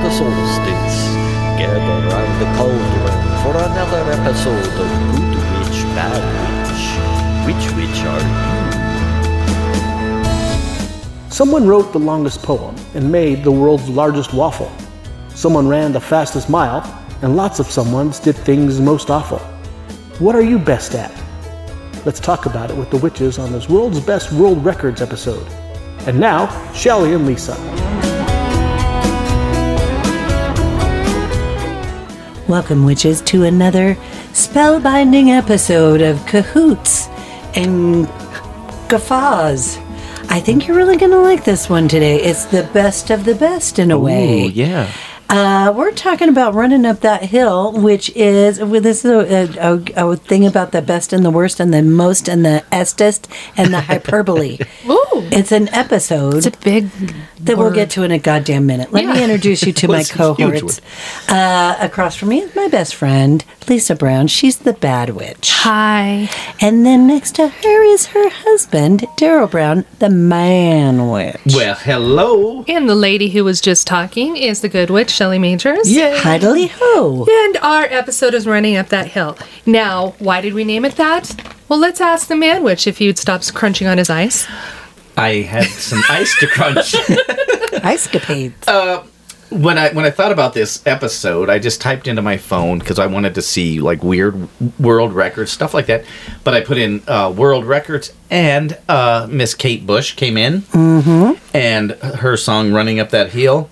solstice. Gather round the cauldron for another episode of Good Witch, Bad Witch. Which witch are you? Someone wrote the longest poem and made the world's largest waffle. Someone ran the fastest mile, and lots of someones did things most awful. What are you best at? Let's talk about it with the witches on this World's Best World Records episode. And now, Shelly and Lisa. Welcome, witches, to another spellbinding episode of Cahoots and Guffaws. I think you're really going to like this one today. It's the best of the best in a way. yeah. Uh, we're talking about running up that hill, which is well, this is a, a, a, a thing about the best and the worst and the most and the estest and the hyperbole. Ooh. It's an episode It's a big that we'll get to in a goddamn minute. Let me Yeah. introduce you to my It's a huge cohorts. Uh, across from me is my best friend, Lisa Brown. She's the bad witch. Hi. And then next to her is her husband, Daryl Brown, the man witch. Well, hello. And the lady who was just talking is the good witch, Shelley Majors. Yeah. Hidely ho. And our episode is running up that hill. Now, why did we name it that? Well, let's ask the man witch if he would stop crunching on his ice. I had some ice to crunch. Escapades. when I when I thought about this episode, I just typed into my phone because I wanted to see like weird w- world records stuff like that. But I put in uh, world records, and uh, Miss Kate Bush came in, mm-hmm. and her song "Running Up That Hill"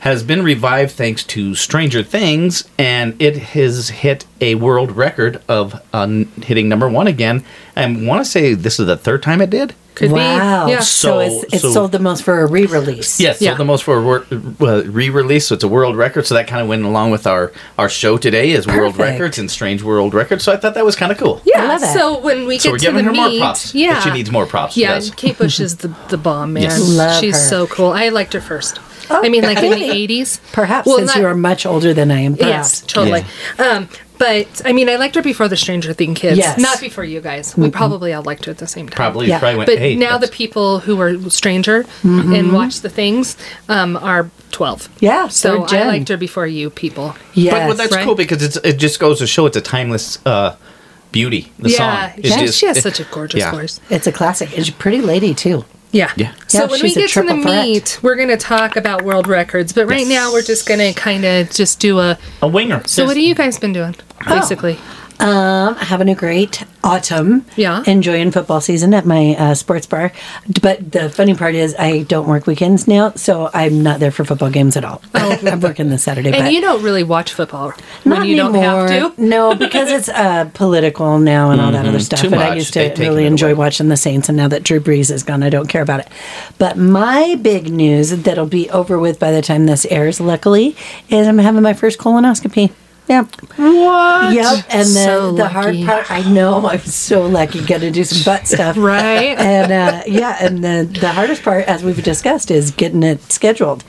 has been revived thanks to Stranger Things, and it has hit a world record of uh, n- hitting number one again. I want to say this is the third time it did. Could wow. be. Yeah. So, So- it's, it's so- sold the most for a re release. Yes, Yeah. sold the most for a wor- uh, re-release, so it's a world record. So that kind of went along with our our show today is world Perfect. records and strange world records. So I thought that was kind of cool. Yeah. I love it. So when we So we're get to giving the her meat, more props. yeah, But she needs more props. she Yeah, does. and Kate Bush is the, the bomb, man. Yes. Love She's her. so cool. I liked her first. I mean, like in the eighties, Perhaps since you are much older than I am. Perhaps. Yes, totally. Um, but I mean, I liked her before the Stranger Thing kids. Yes. Mm-hmm. Not before you guys. We probably all liked her at the same time. probably Yeah. probably went. But hey, now the that's- people who are stranger and watch the things um, are 12. Mm-hmm. Yeah, So third gen. I liked her before you people. Yes. but well, that's right? cool because it's it just goes to show it's a timeless uh, beauty. The yeah. song. It's She, has- just- she has it- such a gorgeous yeah. voice. it's a classic. It's a pretty lady, too. Yeah. Yeah. So Yeah, when we she's a get to the triple threat. meat, we're going to talk about world records. But right Yes. now, we're just going to kind of just do a. A winger. So what have you guys been doing, Oh. basically? Um, having a great autumn. Yeah. Enjoying football season at my uh, sports bar. D- But the funny part is, I don't work weekends now, so I'm not there for football games at all. I'm working this Saturday. Oh, And but you don't really watch football not when you anymore. don't have to. no, because it's uh, political now and all that other stuff. Mm-hmm. Too and I much. used They've to taken really it enjoy away. watching the Saints, and now that Drew Brees is gone, I don't care about it. But my big news that'll be over with by the time this airs, luckily, is I'm having my first colonoscopy. Yep. What? Yep. And then So the hard lucky. part, I know I'm so lucky. Got to do some butt stuff, Right. and uh, yeah, and the the hardest part, as we've discussed, is getting it scheduled.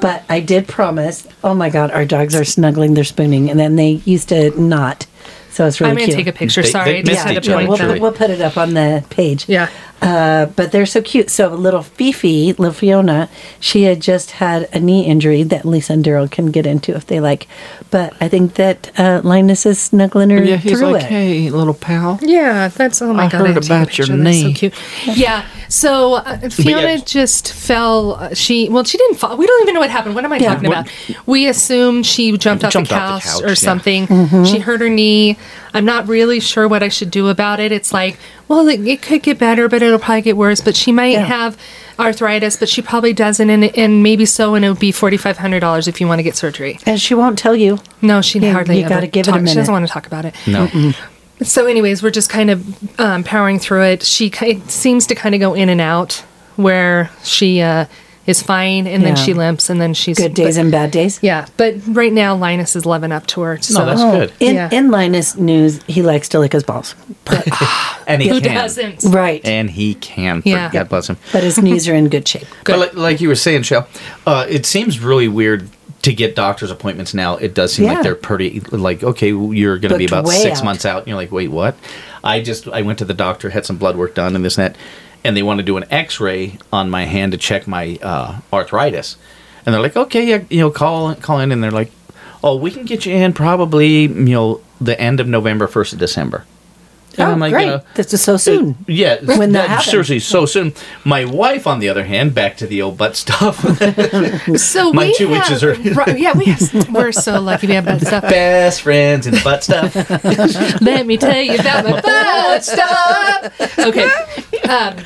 But I did promise. Oh my God, our dogs are snuggling, they're spooning, and then they used to not. So it's really I'm going to cute. take a picture. They- they Sorry. I just missed had each to other, yeah, point we'll, that out. Julie. put, we'll put it up on the page. Yeah. Uh, but they're so cute. So little Fifi, little Fiona, she had just had a knee injury that Lisa and Daryl can get into if they like. But I think that uh, Linus is snuggling her through it. hey, little pal. Yeah, that's oh my I god! heard had to take a about picture. your That's knee. So cute. Yeah. So uh, Fiona yeah. just fell. Uh, she well, she didn't fall. We don't even know what happened. What am I talking What- about? We assume she jumped, off, Jumped the off the couch couch, or yeah. something. Mm-hmm. She hurt her knee. I'm not really sure what I should do about it. It's like, well, it, it could get better, but it'll probably get worse. But she might Yeah. have arthritis, but she probably doesn't, and, and maybe so. And it would be forty five hundred dollars if you want to get surgery. And she won't tell you. No, she Yeah, hardly you ever gotta give it a talk- She minute. doesn't want to talk about it. No. So, anyways, we're just kind of um, powering through it. She ki- it seems to kind of go in and out, where she uh, is fine, and then Yeah. she limps, and then she's Good days but- and bad days. Oh, yeah, but right now Linus is loving up to her. So No, that's good. In, Yeah. in Linus news, he likes to lick his balls, And he who can. doesn't? right? And he can. Yeah. God bless him. but his knees are in good shape. But like, like you were saying, Shell, uh, it seems really weird to get doctor's appointments now. It does seem Yeah. like they're pretty, like, okay, you're going to be Booked about way six out. months out. And you're like, wait, what? I just, I went to the doctor, had some blood work done and this and that. And they want to do an x ray on my hand to check my uh, arthritis. and they're like, okay, yeah, you know, call call in, and they're like, oh, we can get you in probably you know the end of November, first of December. And Oh, I'm like, great. uh, This is so soon. yeah, When that happened. seriously, so soon. My wife, on the other hand, back to the old butt stuff. So My we two have, witches are- Right, yeah, we have, we're so lucky we have that stuff. Best friends and butt stuff. Let me tell you about my butt stuff. Okay. Um,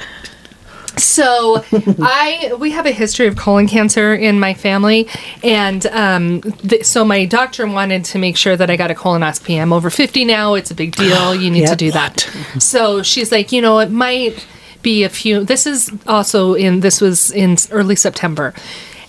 so I we have a history of colon cancer in my family, and um, th- so my doctor wanted to make sure that I got a colonoscopy. I'm over 50 now; it's a big deal. You need Yeah. to do that. So she's like, you know, it might be a few. This is also in this was in early September.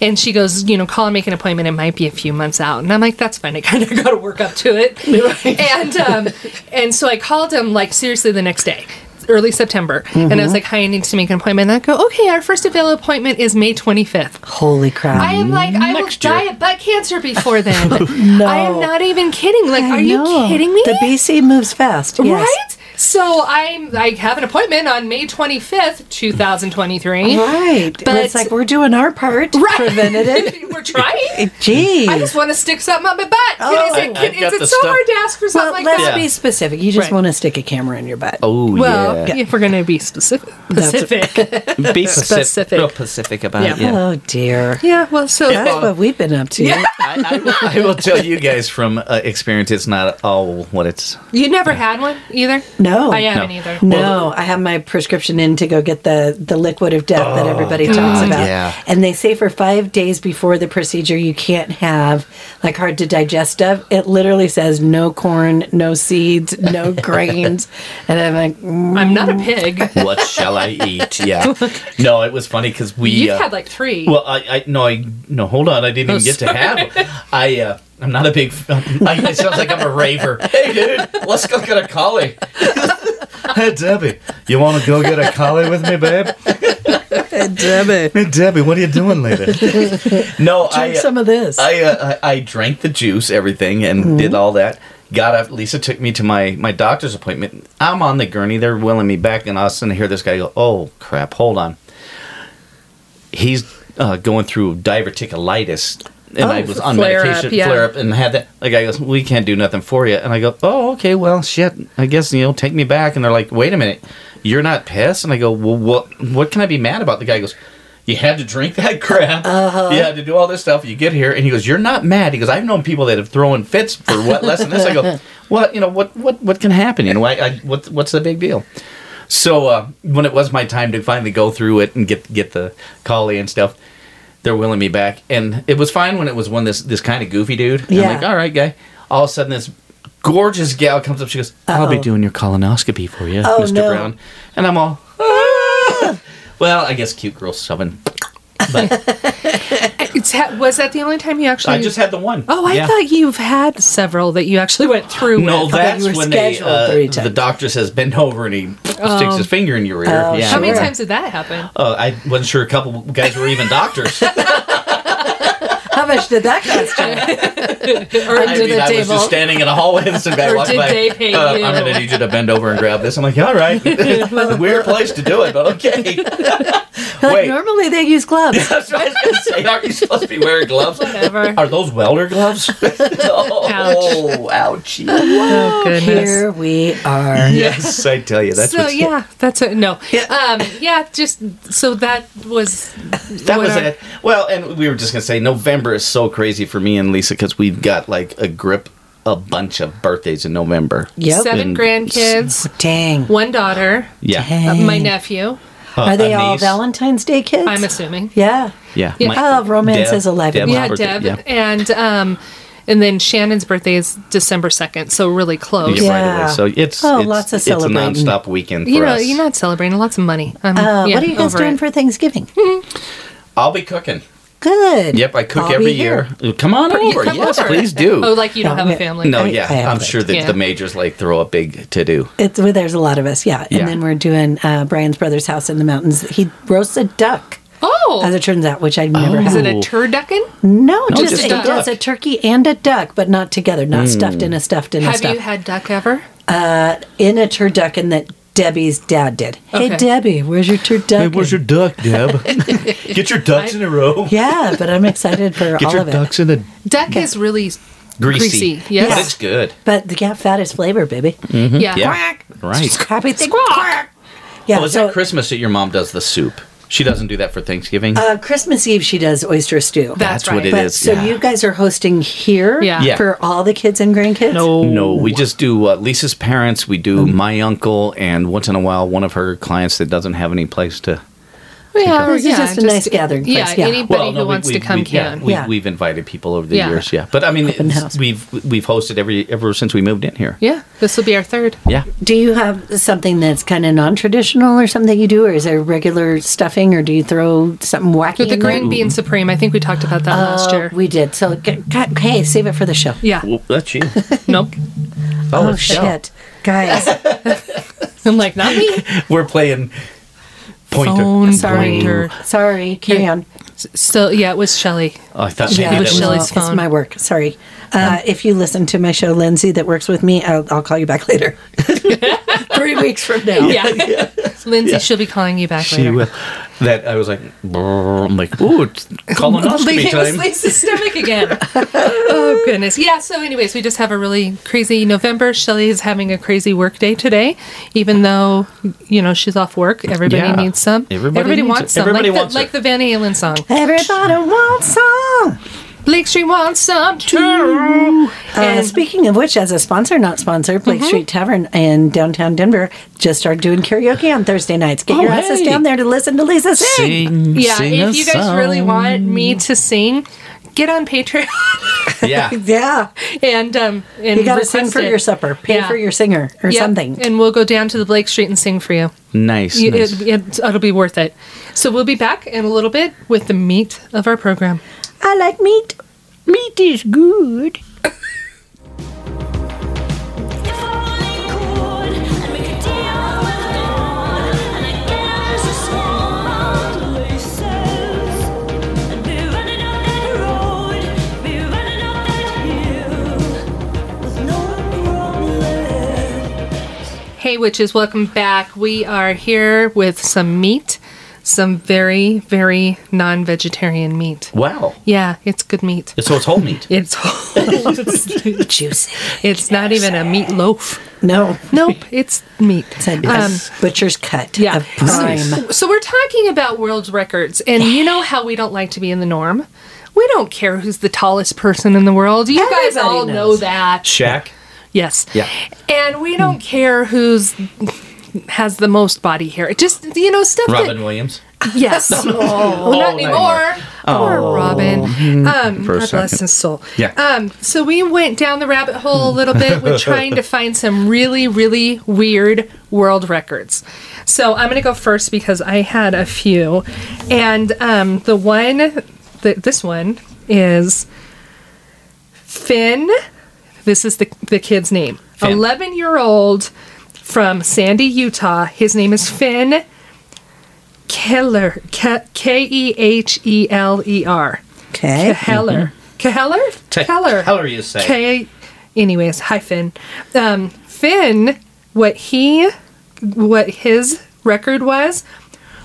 And she goes, you know, call and make an appointment. It might be a few months out, and I'm like, that's fine. I kind of got to work up to it. And um, and so I called him like seriously the next day, early September, and I was like, hi, I need to make an appointment. And I go, okay, our first available appointment is May 25th. Holy crap. I am like, I will Next year. die of butt cancer before then. I am not even kidding. Like, I are you know. kidding me? The BC moves fast. Yes. Right? So I'm I have an appointment on May 25th, 2023. Right. But But- it's like we're doing our part. Right. Preventative. We're trying. Jeez. I just want to stick something up my butt. Oh. Can- is it, I've can- is got it the so stuff- hard to ask for well, something like let's that? be specific. You just Right. want to stick a camera in your butt. Oh Well, yeah, if we're going to be specific. That's- Pacific. be specific. real specific about Yeah. it. Yeah. Oh dear. yeah, well, so That's what we've been up to. I, I, will, I will tell you guys from uh, experience, it's not all what it's. you never had one either? No. I haven't either. No, I have my prescription in to go get the the liquid of death that Oh, everybody talks about. yeah. And they say for five days before the procedure, you can't have like hard to digest stuff. It literally says no corn, no seeds, no grains. And I'm like, mm, I'm not a pig. What shall I eat? Yeah. No, it was funny because we. You've uh, had like three. Well, I, I no, I no. Hold on, I didn't Oh, even get sorry. to have. I uh, I'm not a big. I, it sounds like I'm a raver. Hey, dude, let's go get a collie. hey, Debbie, you want to go get a collie with me, babe? damn it. Hey, Debbie, what are you doing later? no, I Drink uh, some of this. I, uh, I I drank the juice, everything, and did all that. Got up. Lisa took me to my my doctor's appointment. I'm on the gurney. They're wheeling me back, and all of a sudden, I hear this guy go, "Oh crap! Hold on." He's uh, going through diverticulitis, and I Oh, was on flare up, medication, yeah. flare up, and had that. Like I goes, "We can't do nothing for you." And I go, "Oh, okay. Well, shit. I guess you know, take me back." And they're like, "Wait a minute, you're not pissed?" And I go, "Well, what? What can I be mad about?" The guy goes. You had to drink that crap. Uh-huh. You had to do all this stuff. You get here, and he goes, "You're not mad." He goes, "I've known people that have thrown fits for what less than this." I go, "What? You know what? What? What can happen? You know, I, I, what, what's the big deal?" So uh, when it was my time to finally go through it and get get the collie and stuff, they're willing me back, and it was fine when it was one this this kind of goofy dude. And Yeah. I'm like, all right, guy. All of a sudden, this gorgeous gal comes up. She goes, "I'll be Uh-oh. doing your colonoscopy for you, Oh, Mr. no. Brown," and I'm all. "Ah." Well, I guess cute girl seven. It's ha- was that the only time you actually I just had the one. Oh, I Yeah. thought you've had several that you actually went through No, with. that's you were when they, scheduled uh, three the times. Oh. doctor says bend over and he sticks his finger in your ear. yeah. How many Sure. times did that happen? Uh, I wasn't sure a couple guys were even doctors. How much did that cost you? Or I under mean, the I was table. just standing in a hallway and some guy Or walked did by. they pay uh, you? I'm going to need you to bend over and grab this. I'm like, all right. Weird place to do it, but okay. Like, Wait. normally they use gloves. That's what I was going to say. Aren't you supposed to be wearing gloves? Whatever. Are those welder gloves? oh, ouchie. Oh, Here we are. Yes, I tell you. That's so what's, yeah, that's a no. Um, yeah, just so that was That what was our- it. Well, and we were just gonna say November is so crazy for me and Lisa because we've got like a grip, a bunch of birthdays in November. Yep. Seven And- grandkids, Dang. one daughter, Yeah, uh, my nephew. Uh, Are they a all niece. Valentine's Day kids? I'm assuming. yeah. Yeah, Yeah. Oh, romance is alive and Deb's Yeah, birthday, Deb, yeah. and um, and then Shannon's birthday is December second, so really close. Yeah, right Yeah. away. So it's Oh, it's, lots of it's a celebrating. nonstop weekend for You know, us. you're not celebrating lots of money. Um, Uh, yeah, what are you guys over doing it. for Thanksgiving? I'll be cooking. Good. Yep, I cook I'll every be here. year. Come on over. Come yes, over. please do. Oh, like you don't No, have a yeah. family. no, I- yeah, I have I'm it. sure that Yeah. the majors like throw a big to do. It's well, there's a lot of us, yeah. And Yeah. then we're doing uh, Brian's brother's house in the mountains. He roasts a duck, as Oh, it turns out, which I never is had. it a turducken? No, just, just he a does duck. Hmm. a turkey and a duck, but not together, not stuffed in a stuffed in a Have stuffed you had duck ever? in a turducken that Debbie's dad did. Hey, Okay. Debbie, where's your turducken? Hey, where's your duck, Deb? Get your ducks in a row. yeah, but I'm excited for Get all your of it. ducks in a Duck is really greasy. Greasy, yes. But it's good. But the cat fat is flavor, baby. Hmm? yeah. Right. Crappy thing. Quack. Yeah. Well, Oh, is so that Christmas that your mom does the soup? She doesn't do that for Thanksgiving. uh, Christmas Eve she does oyster stew. That's, That's what right. it but is, so yeah. you guys are hosting here Yeah. Yeah. for all the kids and grandkids. No. no, we just do uh, Lisa's parents. We do Um, my uncle, and once in a while, one of her clients that doesn't have any place to. Yeah, This is just a nice gathering Yeah, place, yeah. anybody no, who we- wants we- to come we, can. Yeah, we, Yeah. We've invited people over the Yeah. years. Yeah, but I mean, Open it's- house. we've we've hosted every ever since we moved in here. yeah, this will be our third. Yeah. Do you have something that's kind of non-traditional or something you do, or is there regular stuffing, or do you throw something wacky? With the in there? Uh, green bean supreme, I think we talked about that last year. We did. So, g- God, hey, save it for the show. yeah. Well, that's you. Nope. Oh, it's Shell. shit, guys. I'm like, not me. We're playing pointer. Phone Sorry, pointer. sorry. Carry on. Still, yeah, it was Shelley. Oh, I thought maybe it that was was Shelley's well, It's phone. my work. Sorry. Uh, if you listen to my show, Lindsay, that works with me, I'll, I'll call you back later. Three weeks from now. Yeah. Lindsay, she'll be calling you back she later. will. That I was like, brrr, I'm like, ooh, it's colonoscopy It was time. Lisa's stomach again. oh goodness. Yeah. So, anyways, we just have a really crazy November. Shelley is having a crazy work day today, even though you know she's off work. Everybody Yeah. needs some. Everybody needs wants it. some. Everybody like, wants the, it. like the Van Halen song. Everybody wants some. Blake Street wants some too. Uh, And Mm-hmm. speaking of which, as a sponsor, not sponsor, Blake Street Tavern in downtown Denver just started doing karaoke on Thursday nights. Oh, Get your asses hey. down there to listen to Lisa sing. Sing, yeah, sing a if you guys really song. want me to sing, get on Patreon yeah, Yeah, and um and you got to sing request for it. your supper, pay Yeah. for your singer or Yep, something. And we'll go down to the Blake Street and sing for you. nice. You- nice. It, it, it'll be worth it. So we'll be back in a little bit with the meat of our program. I like meat. Meat is good. If I only could, I'd make a deal with God, and I guess it's not loose. I'd be running up that road, be running up that hill, with no one left. Hey, witches, welcome back. We are here with some meat, some very, very non vegetarian meat. wow. Yeah, it's good meat. So it's whole meat. It's it's, Juicy. it's not even a meat loaf. No, Nope, it's meat. it's a, a um, butcher's cut Um, yeah. of prime. So we're talking about world records, and you know how we don't like to be in the norm. We don't care who's the tallest person in the world. You guys Everybody all know knows. that. Shaq. Yes. Yeah. And we don't care who's has the most body hair. It just you know stuff Robin that Williams. yes. well, not Oh, Hmm. anymore. Poor Robin. Um, For a God bless second. his soul. Yeah. Um, so we went down the rabbit hole a little bit with trying to find some really, really weird world records. So I'm going to go first because I had a few, and um, the one, th- this one is Finn. This is the the kid's name. Finn. Eleven year old from Sandy, Utah. His name is Finn Keller. K e h e l e r. Okay. Keller. Keller? Keller. Mm-hmm. Keller, you say. K. Anyways, hi Finn. Um, Finn, what he, what his record was,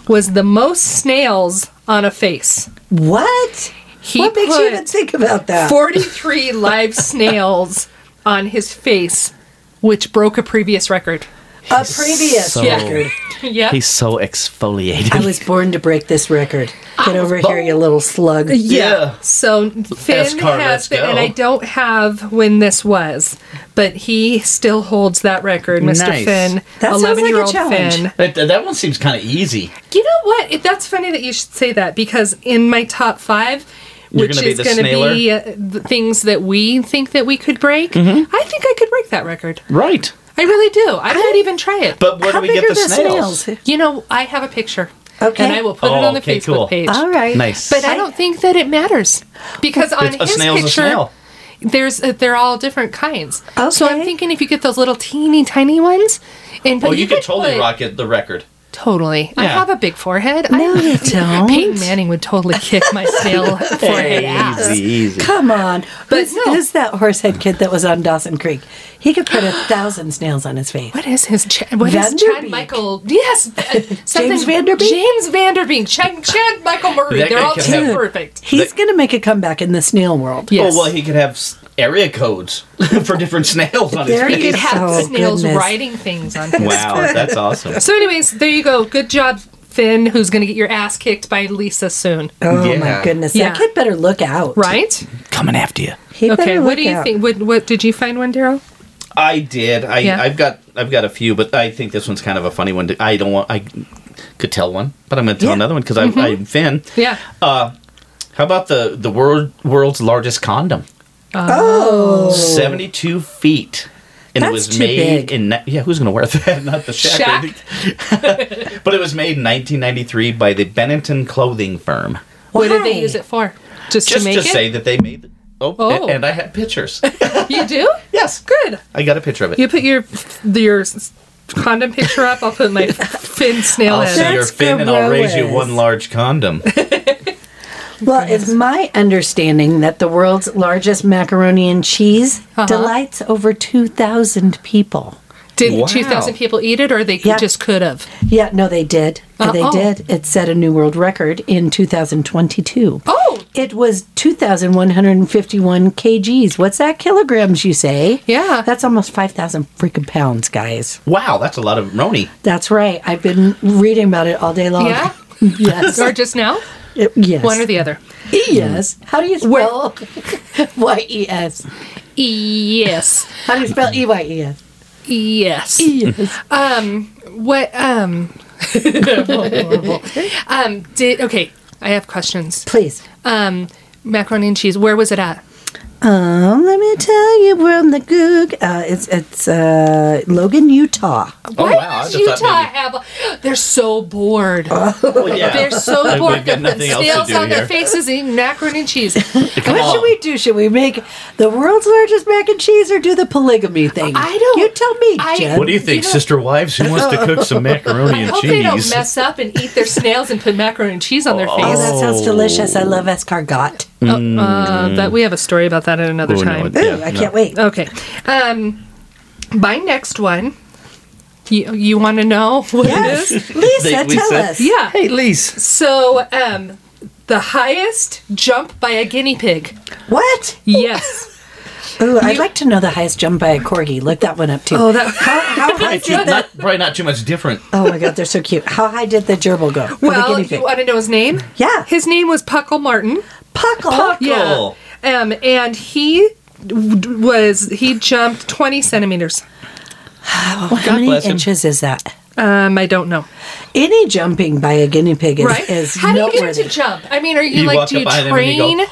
was the most snails on a face. What? He what makes you put even think about that? 43 live snails on his face, which broke a previous record. a previous so- record. yeah. He's so exfoliated. I was born to break this record. Get over here, you little slug. Yeah. So Finn car, has let's been, and go. I don't have when this was, but he still holds that record, Mr. Nice. Finn. That sounds like a 11-year-old challenge. That, that one seems kind of easy. You know what? It, that's funny that you should say that because in my top five, You're which gonna be is the going to be uh, the things that we think that we could break, Mm-hmm. I think I could break that record. Right. I really do. I might even try it. But where How do we big get are the snails? you know, I have a picture. Okay. And I will put it Oh, on the okay, Facebook cool. page. All right. Nice. But I don't think that it matters because on It's a his snail's a picture, snail. there's uh, they're all different kinds. So I'm Okay. thinking if you get those little teeny tiny ones, and Oh, but you, could totally put- rocket the record. Totally. I Yeah. have a big forehead. No, I, you don't. Peyton Manning would totally kick my stale forehead ass. Easy, easy. Come on. But who's, no. who's that horsehead kid that was on Dawson Creek? He could put a thousand snails on his face. What is his? Ch- what is Chad Vanderbeek. Michael? Yes, uh, something- Vanderbeek? James Vanderbeek. Chad, Chad Michael Murray. That They're guy all can too have- perfect. He's going to make a comeback in the snail world. Yes. Oh well, he could have s- area codes for different snails on his There he face. could have Oh, snails goodness. writing things on. him. Wow, that's awesome. so, anyways, there you go. Good job, Finn. Who's going to get your ass kicked by Lisa soon? Oh my Yeah. goodness. Yeah. That kid better look out. Right? Coming after you. He better Okay. look What do you out. think? What, what did you find one, Daryl? I did. I Yeah. I've got I've got a few, but I think this one's kind of a funny one. to- I don't want I could tell one, but I'm going to tell Yeah. Mm-hmm. another one because I'm, I'm Finn. Yeah. How about the the world world's largest condom? Oh. 72 feet. And That's it was too made big. in ni- yeah, who's gonna wear that? Not the Shaq. I Shaq? think. but it was made in 1993 by the Bennington Clothing Firm. what did they Why? use it for? Just, Just to to, make it. say that they made. The- oh, a- Oh. and I had pictures. you do? yes, Good. I got a picture of it. You put your your condom picture up. I'll put my fin snail I'll head. see your Oh, That's fin and I'll raise you gross. one large condom. Well, it's my understanding that the world's largest macaroni and cheese Uh-huh. delights over 2,000 people. Did Wow. 2,000 people eat it, or they Yeah. just could have? Yeah, no, they did. They Uh-oh. did. It set a new world record in 2022. Oh, It was 2,151 kgs. What's that, kilograms, you say? Yeah. That's almost 5,000 freaking pounds, guys. wow, that's a lot of Roni. That's right. I've been reading about it all day long. yeah. Yes. or just now? It- yes. One or the other. E-S. How do you spell Y-E-S? Yes. How do you spell E E-Y-E-S? Yes. Yes. What? Um. um. Did okay. I have questions. Please. Um. Macaroni and cheese. Where was it at? Um, let me tell you, we're on the Goog. Uh, it's it's uh, Logan, Utah. Why Oh, wow, I does just thought Utah maybe- have? They're so bored. Well, yeah. They're so We've bored. got They put nothing else to snails do on their here. faces eating macaroni and cheese. what should we do? Should we make the world's largest mac and cheese or do the polygamy thing? I don't- You tell me, I- Jen. What do you think, You know- sister wives? Who wants to cook some macaroni and Hope they don't cheese? mess up and eat their snails and put macaroni and cheese on their Oh, face. that sounds delicious. I love escargot. Uh, that we have a story about that at another Oh, Mm. no, time. it- Ooh, yeah, I no. can't wait. Okay. Um, my next one. You, you want to know what Yes. it is? Lisa, They- we tell said- us. Yeah. Lise. So, um, the highest jump by a guinea pig. What? Yes. Ooh, I'd like to know the highest jump by a corgi. Look that one up too. Oh, that- how, how high did the? Not, probably not too much different. Oh my God, they're so cute. How high did the gerbil go? for the well, guinea you pig? want to know his name? Yeah. His name was Puckle Martin. Puckle. Yeah. Um, and he w- was he jumped 20 centimeters. How many bless him. inches is that? Um, I don't know. Any jumping by a guinea pig is, Right? is How do you get noteworthy. it to jump? I mean, are you, You like walk do up you behind them and you go, train? You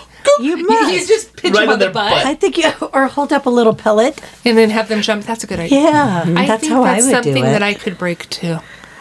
You, must. just pitch Right them on on the their butt, I think you or hold up a little pellet. and then have them jump. That's a good idea. Yeah, Mm-hmm. I that's think how that's I would something do it. that I Oh, could break too.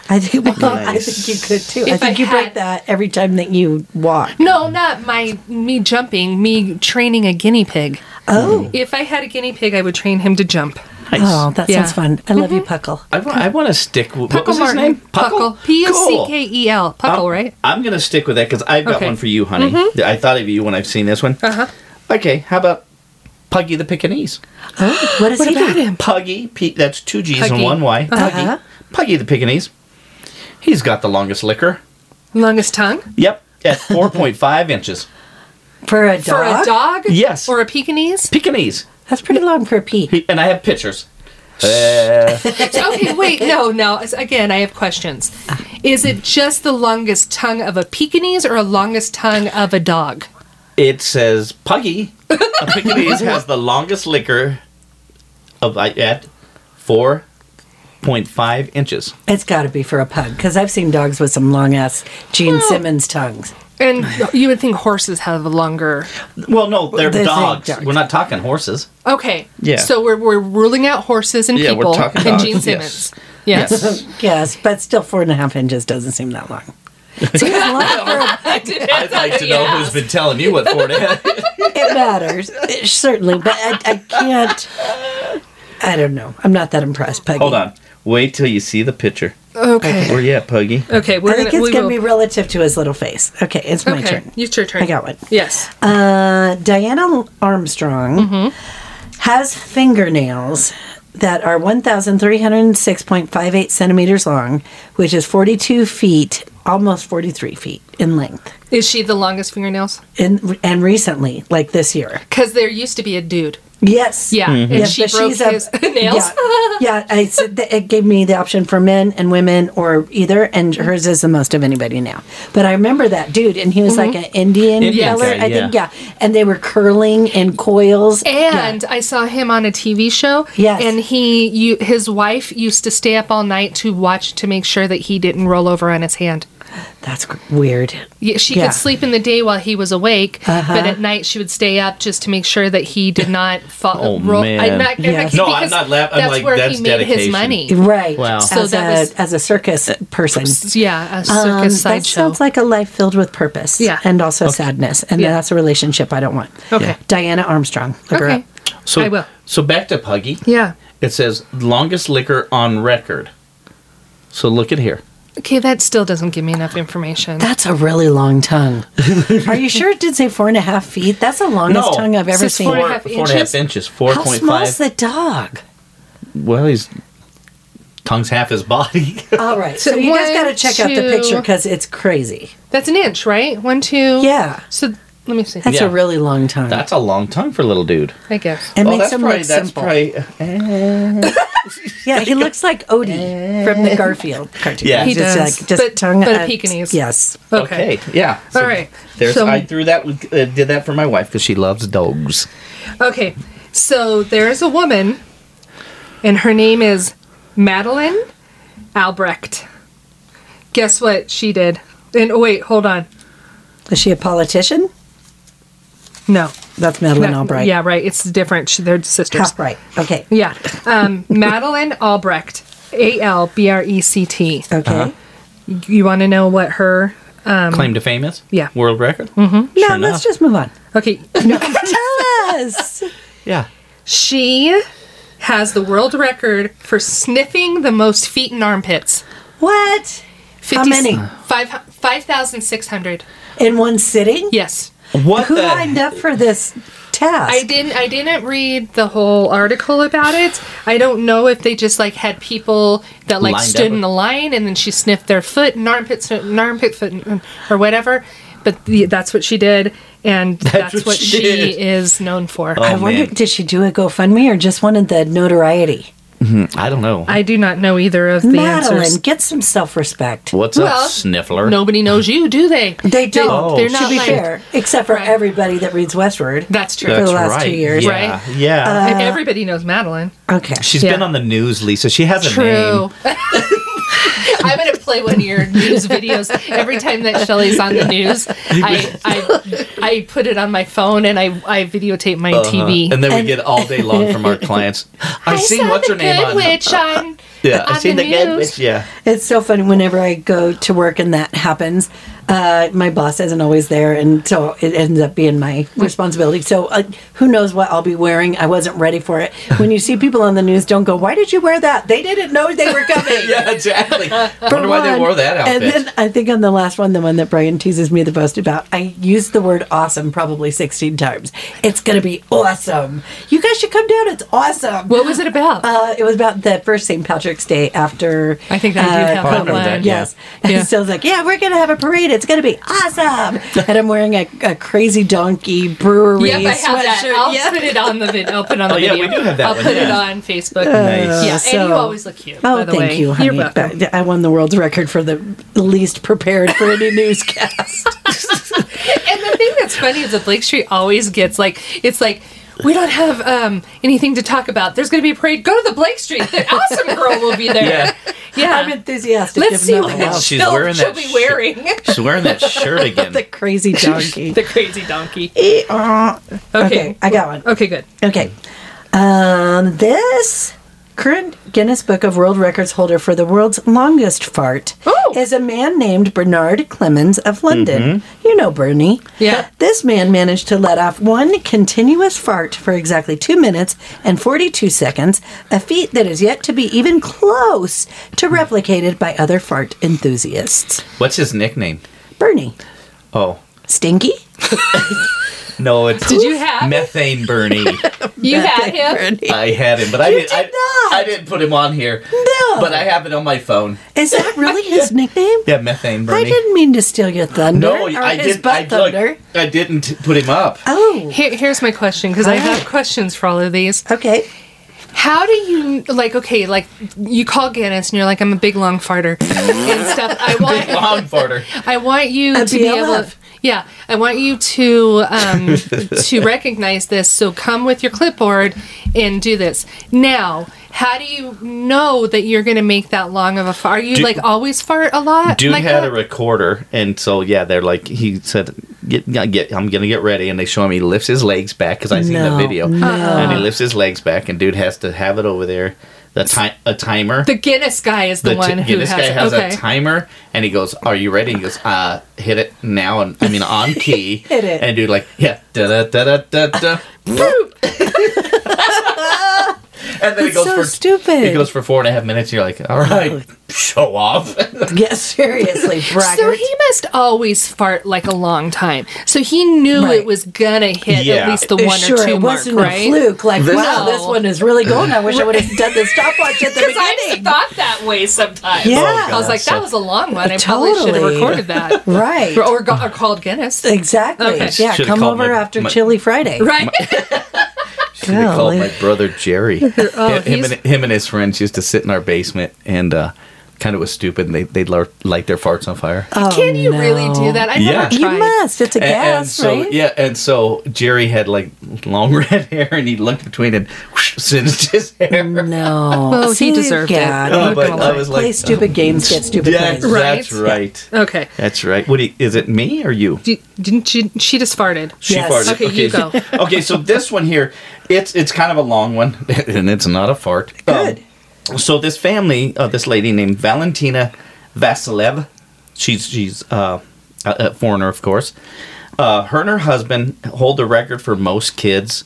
I think. Well, I Nice. think you could too. I If think I you break had- that every time that you walk. No, not my me jumping, me training a guinea pig. Oh, If I had a guinea pig, I would train him to jump. Nice. oh, that Yeah. Mm-hmm. sounds fun. I love you, Puckle. I, wa- I want to stick with what was his Martin. name? Um, Puckle. P U C K E L. Puckle, right? I'm going to stick with that because I've got Okay. Mm-hmm. one for you, honey. I thought of you when I've seen this one. Uh huh. Okay, how about Puggy the Pekingese? What is What he about doing? him? Puggy, P, that's two G's Puggy. and one Y. Puggy. Uh-huh. Puggy the Pekingese. He's got the longest liquor. Longest tongue Yep, at 4.5 inches. For a dog? for a dog? Yes. Or a Pekingese? Pekingese. That's pretty long for a pee. He, and I have pictures. Uh, okay, wait, no, no. It's- Again, I have questions. Is it just the longest tongue of a Pekingese or a longest tongue of a dog? it says Puggy, a Pekingese, has the longest liquor of at 4.5 inches. It's got to be for a pug because I've seen dogs with some long ass Gene Simmons tongues. And you would think horses have a longer. Well, no, they're They're dogs. dogs. We're not talking horses. Okay. Yeah. So we're, we're ruling out horses and Yeah, we're people talking and dogs, Gene yes. Simmons. Yes. Yes, but still four and a half inches doesn't seem that long. Seems long for a pug. I'd like to know who's been telling you what for to It matters, it, certainly, but I, I can't. I don't know. I'm not that impressed, Peggy. Hold on. Wait till you see the picture. Okay. Where you at, Puggy? Okay, we're I think gonna, it's we going to will- be relative to his little face. Okay, it's my okay. turn. It's your turn. I got one. Yes. Uh, Diana Armstrong Mm-hmm. has fingernails that are 1,306.58 centimeters long, which is 42 feet, almost 43 feet in length. Is she the longest fingernails? In, and recently, like this year. Because there used to be a dude. Yes. Yeah, Mm-hmm. and Yeah, she but broke she's a- his nails. Yeah, yeah I said that it gave me the option for men and women or either, and hers is the most of anybody now. But I remember that dude, and he was Mm-hmm. like an Indian Indian feller, guy, I think, yeah. And they were curling in coils. And I saw him on a TV show. Yes. And he, you, his wife used to stay up all night to watch to make sure that he didn't roll over on his hand. That's g- weird. Yeah, she Yeah. Uh-huh. could sleep in the day while he was awake, but at night she would stay up just to make sure that he did not fall. Oh, man. I'm not, Yes. No, I'm because not laugh- I'm That's like, where that's he made his dedication. money. Right. Wow. Uh, As, So that a, was- as a circus person. Yeah, a circus Um, that sideshow. sounds like a life filled with purpose Yeah. and also sadness. And Yeah. that's a relationship I don't want. Okay. Diana Armstrong. Look her up. okay. So, I will. So back to Puggy. Yeah. It says longest liquor on record. So look at here. Okay, that still doesn't give me enough information. That's a really long tongue. Are you sure it did say four and a half feet? That's the longest tongue I've ever Says seen. four and a Four, half four and a half inches? inches. Four How point small is five. the dog? Well, he's tongue's half his body. All right, so, So you guys one, got to check out the two- picture because it's crazy. That's an inch, right? One, two. Yeah, So let me see. that's Yeah. a really long tongue. that's a long tongue for a little dude. I guess. it makes that's him probably look that's simple. probably Yeah, he looks like Odie from the Garfield cartoon. Yeah. He just does. like just But- tongue. but a uh, Pekingese. Yes. Okay. okay. Yeah. So All right. There's So- I threw that with- uh, did that for my wife because she loves dogs. Okay. So there's a woman, and her name is Madeline Albrecht. Guess what she did? And oh, wait, hold on. Is she a politician? No. That's Madeline Not- Albright. Yeah, right. It's different. She- They're sisters. half right. Okay. Yeah. Um, Madeline Albrecht. A L B R E C T. Okay. Uh-huh. You want to know what her. um, Claim to fame is? yeah. World record? Mm-hmm. No, Sure let's enough. just move on. Okay. Yes. Yeah. She has the world record for sniffing the most feet and armpits. what? 50, How many? Five five thousand six hundred. In one sitting? Yes. What Who the? lined up for this task? I didn't I didn't read the whole article about it. I don't know if they just like had people that like Lined stood up. in a line and then she sniffed their foot and armpit and armpit foot and, or whatever. But the, that's what she did and that's, what what, she she, did. is known for. I Oh, wonder, man. did she do a GoFundMe or just wanted the notoriety? I don't know. I do not know either of the Madeline, answers. get some self-respect. What's Well, up, Sniffler? Nobody knows you, do they? They don't. They're Oh, not to be like- fair, except for Right. everybody that reads Westward. That's true. That's- the last two years. Yeah. Right? Yeah. And everybody knows Madeline. Okay. She's yeah. been on the news, Lisa. She has a name. True. I'm gonna play one of your news videos every time that Shelly's on the news. I, I I put it on my phone and I I videotape my TV. Uh-huh. And then we get all day long from our clients. I, seen saw what's the her name Good on. Witch on Yeah, I on seen the, the good news. witch. Yeah. It's so funny whenever I go to work and that happens. Uh, my boss isn't always there, and so it ends up being my responsibility. So uh, who knows what I'll be wearing? I wasn't ready for it. When you see people on the news, don't go, "Why did you wear that?" They didn't know they were coming. Yeah, exactly. Wonder why they one. wore that And outfit. then I think on the last one, the one that Brian teases me the most about, I used the word awesome probably 16 times. It's going to be awesome. You guys should come down. It's awesome. What was it about? Uh, it was about the first St. Patrick's Day after. uh, I think I do have Oh, I that remember one. that, yeah. Yes. And Yeah. so I was like, yeah, we're going to have a parade. It's going to be awesome. and I'm wearing a, a crazy donkey brewery Yep, I have that. sweatshirt. I'll Yep. put it on the video. I'll put it on the Oh, yeah, video. we do have that I'll one, put it yeah. on Facebook. Nice. Yeah, so- and you always look cute. Oh, by the thank way. you, honey. You're welcome. But I won the world's record for the least prepared for any newscast. And the thing that's funny is that Blake Street always gets like it's like we don't have um, anything to talk about. There's going to be a parade. Go to the Blake Street. The awesome girl will be Yeah. there. Yeah. I'm enthusiastic. Let's if see nothing what else. She's she'll, wearing Oh, she'll that be shi- wearing. She's wearing that shirt again. the crazy donkey. the crazy donkey. uh, okay, I got one. Okay, good. Okay. Um, this current Guinness Book of World Records holder for the world's longest fart is a man named Bernard Clemens of London. You know Bernie. Yeah. This man managed to let off one continuous fart for exactly two minutes and 42 seconds, a feat that is yet to be even close to replicated by other fart enthusiasts. What's his nickname? Bernie, Oh, stinky? no, it's Did you have- methane Bernie? You had him. Bernie. I had him, but I You didn't. did I, not. I didn't put him on here. No. but I have it on my phone. Is that really his nickname? Yeah, methane I Bernie. didn't mean to steal your thunder. No, or I his did. butt I, look, thunder. I didn't put him up. oh, Here, here's my question because I have questions for all of these. okay. How do you like? Okay, like you call Guinness and you're like, I'm a big long farter and stuff. I want, Long farter. I want you A to be able. BLF. Yeah, I want you to um, to recognize this. So come with your clipboard and do this now. How do you know that you're going to make that long of a fart? Are you Do- like always fart a lot? Dude like had that? a recorder, and so yeah, they're like he said, get, yeah, get, I'm gonna get ready, and they show him he lifts his legs back because I seen No, the video, and he lifts his legs back, and dude has to have it over there, the time a timer. the Guinness guy is the, The one ti- who this has, guy it. has okay. a timer, and he goes, "Are you ready?" And he goes, "Uh, hit it now." And I mean, on key. Hit it. And dude, like, yeah, da da da da da da. boop. And then it goes so for stupid. Oh. It goes for four and a half minutes. You're like, all right, show off. Yeah, seriously, braggart. So he must always fart like a long time. So he knew Right. it was gonna hit at Yeah. least the one sure, or two it wasn't mark, a right? fluke. Like, This- wow, No. this one is really going. I wish I would have done the stopwatch at the Because I beginning. thought that way sometimes. Yeah. I was like, that was a long one. I probably should have Totally. recorded that. right. Or, or, got, or called Guinness. exactly. Okay. Yeah, Should've come called over my- after my- Chili Friday. Right? Should have called Golly. Oh, my brother Jerry. him, him he's- and, him and his friends used to sit in our basement and uh, kind of was stupid. And they they light their farts on fire. Oh, Can you really no. do that? I Yeah. never You tried. You must. It's a A- and, gas, so right? yeah, and so Jerry had like long red hair, and he looked between and whoosh, singed his hair. No. Oh, he deserved it. God, Oh, you're but gonna I like- was play like, um, stupid games, get stupid Yeah, plays. Right. that's right. Okay. That's right. What do you- is it? Me or you? D- didn't you? She just farted. She Yes. farted. Okay, you go. okay, so this one here, it's it's kind of a long one, and it's not a fart. Good. Um, so this family, uh, this lady named Valentina Vasilev, she's she's uh, a, a foreigner, of course. Uh, her and her husband hold the record for most kids,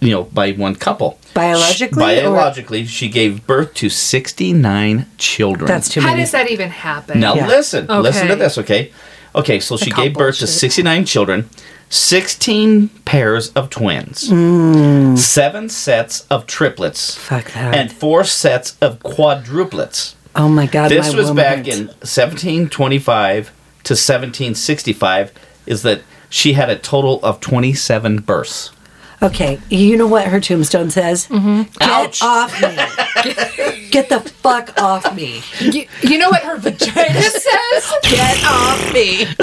you know, by one couple. Biologically? or- Biologically, she gave birth to sixty nine children. That's too How many. does that even happen? Now Yeah. listen, listen to Okay. this, okay? Okay, so she call gave birth to bullshit. 69 children, 16 pairs of twins, Mm. 7 sets of triplets, Fuck that. and 4 sets of quadruplets. oh my God. This my was woman back hurts. in 1725 to 1765 is that she had a total of 27 births. Okay, you know what her tombstone says? Mm-hmm. Get Ouch. off me. Get the fuck off me. You, you know what her vagina says? Get off me.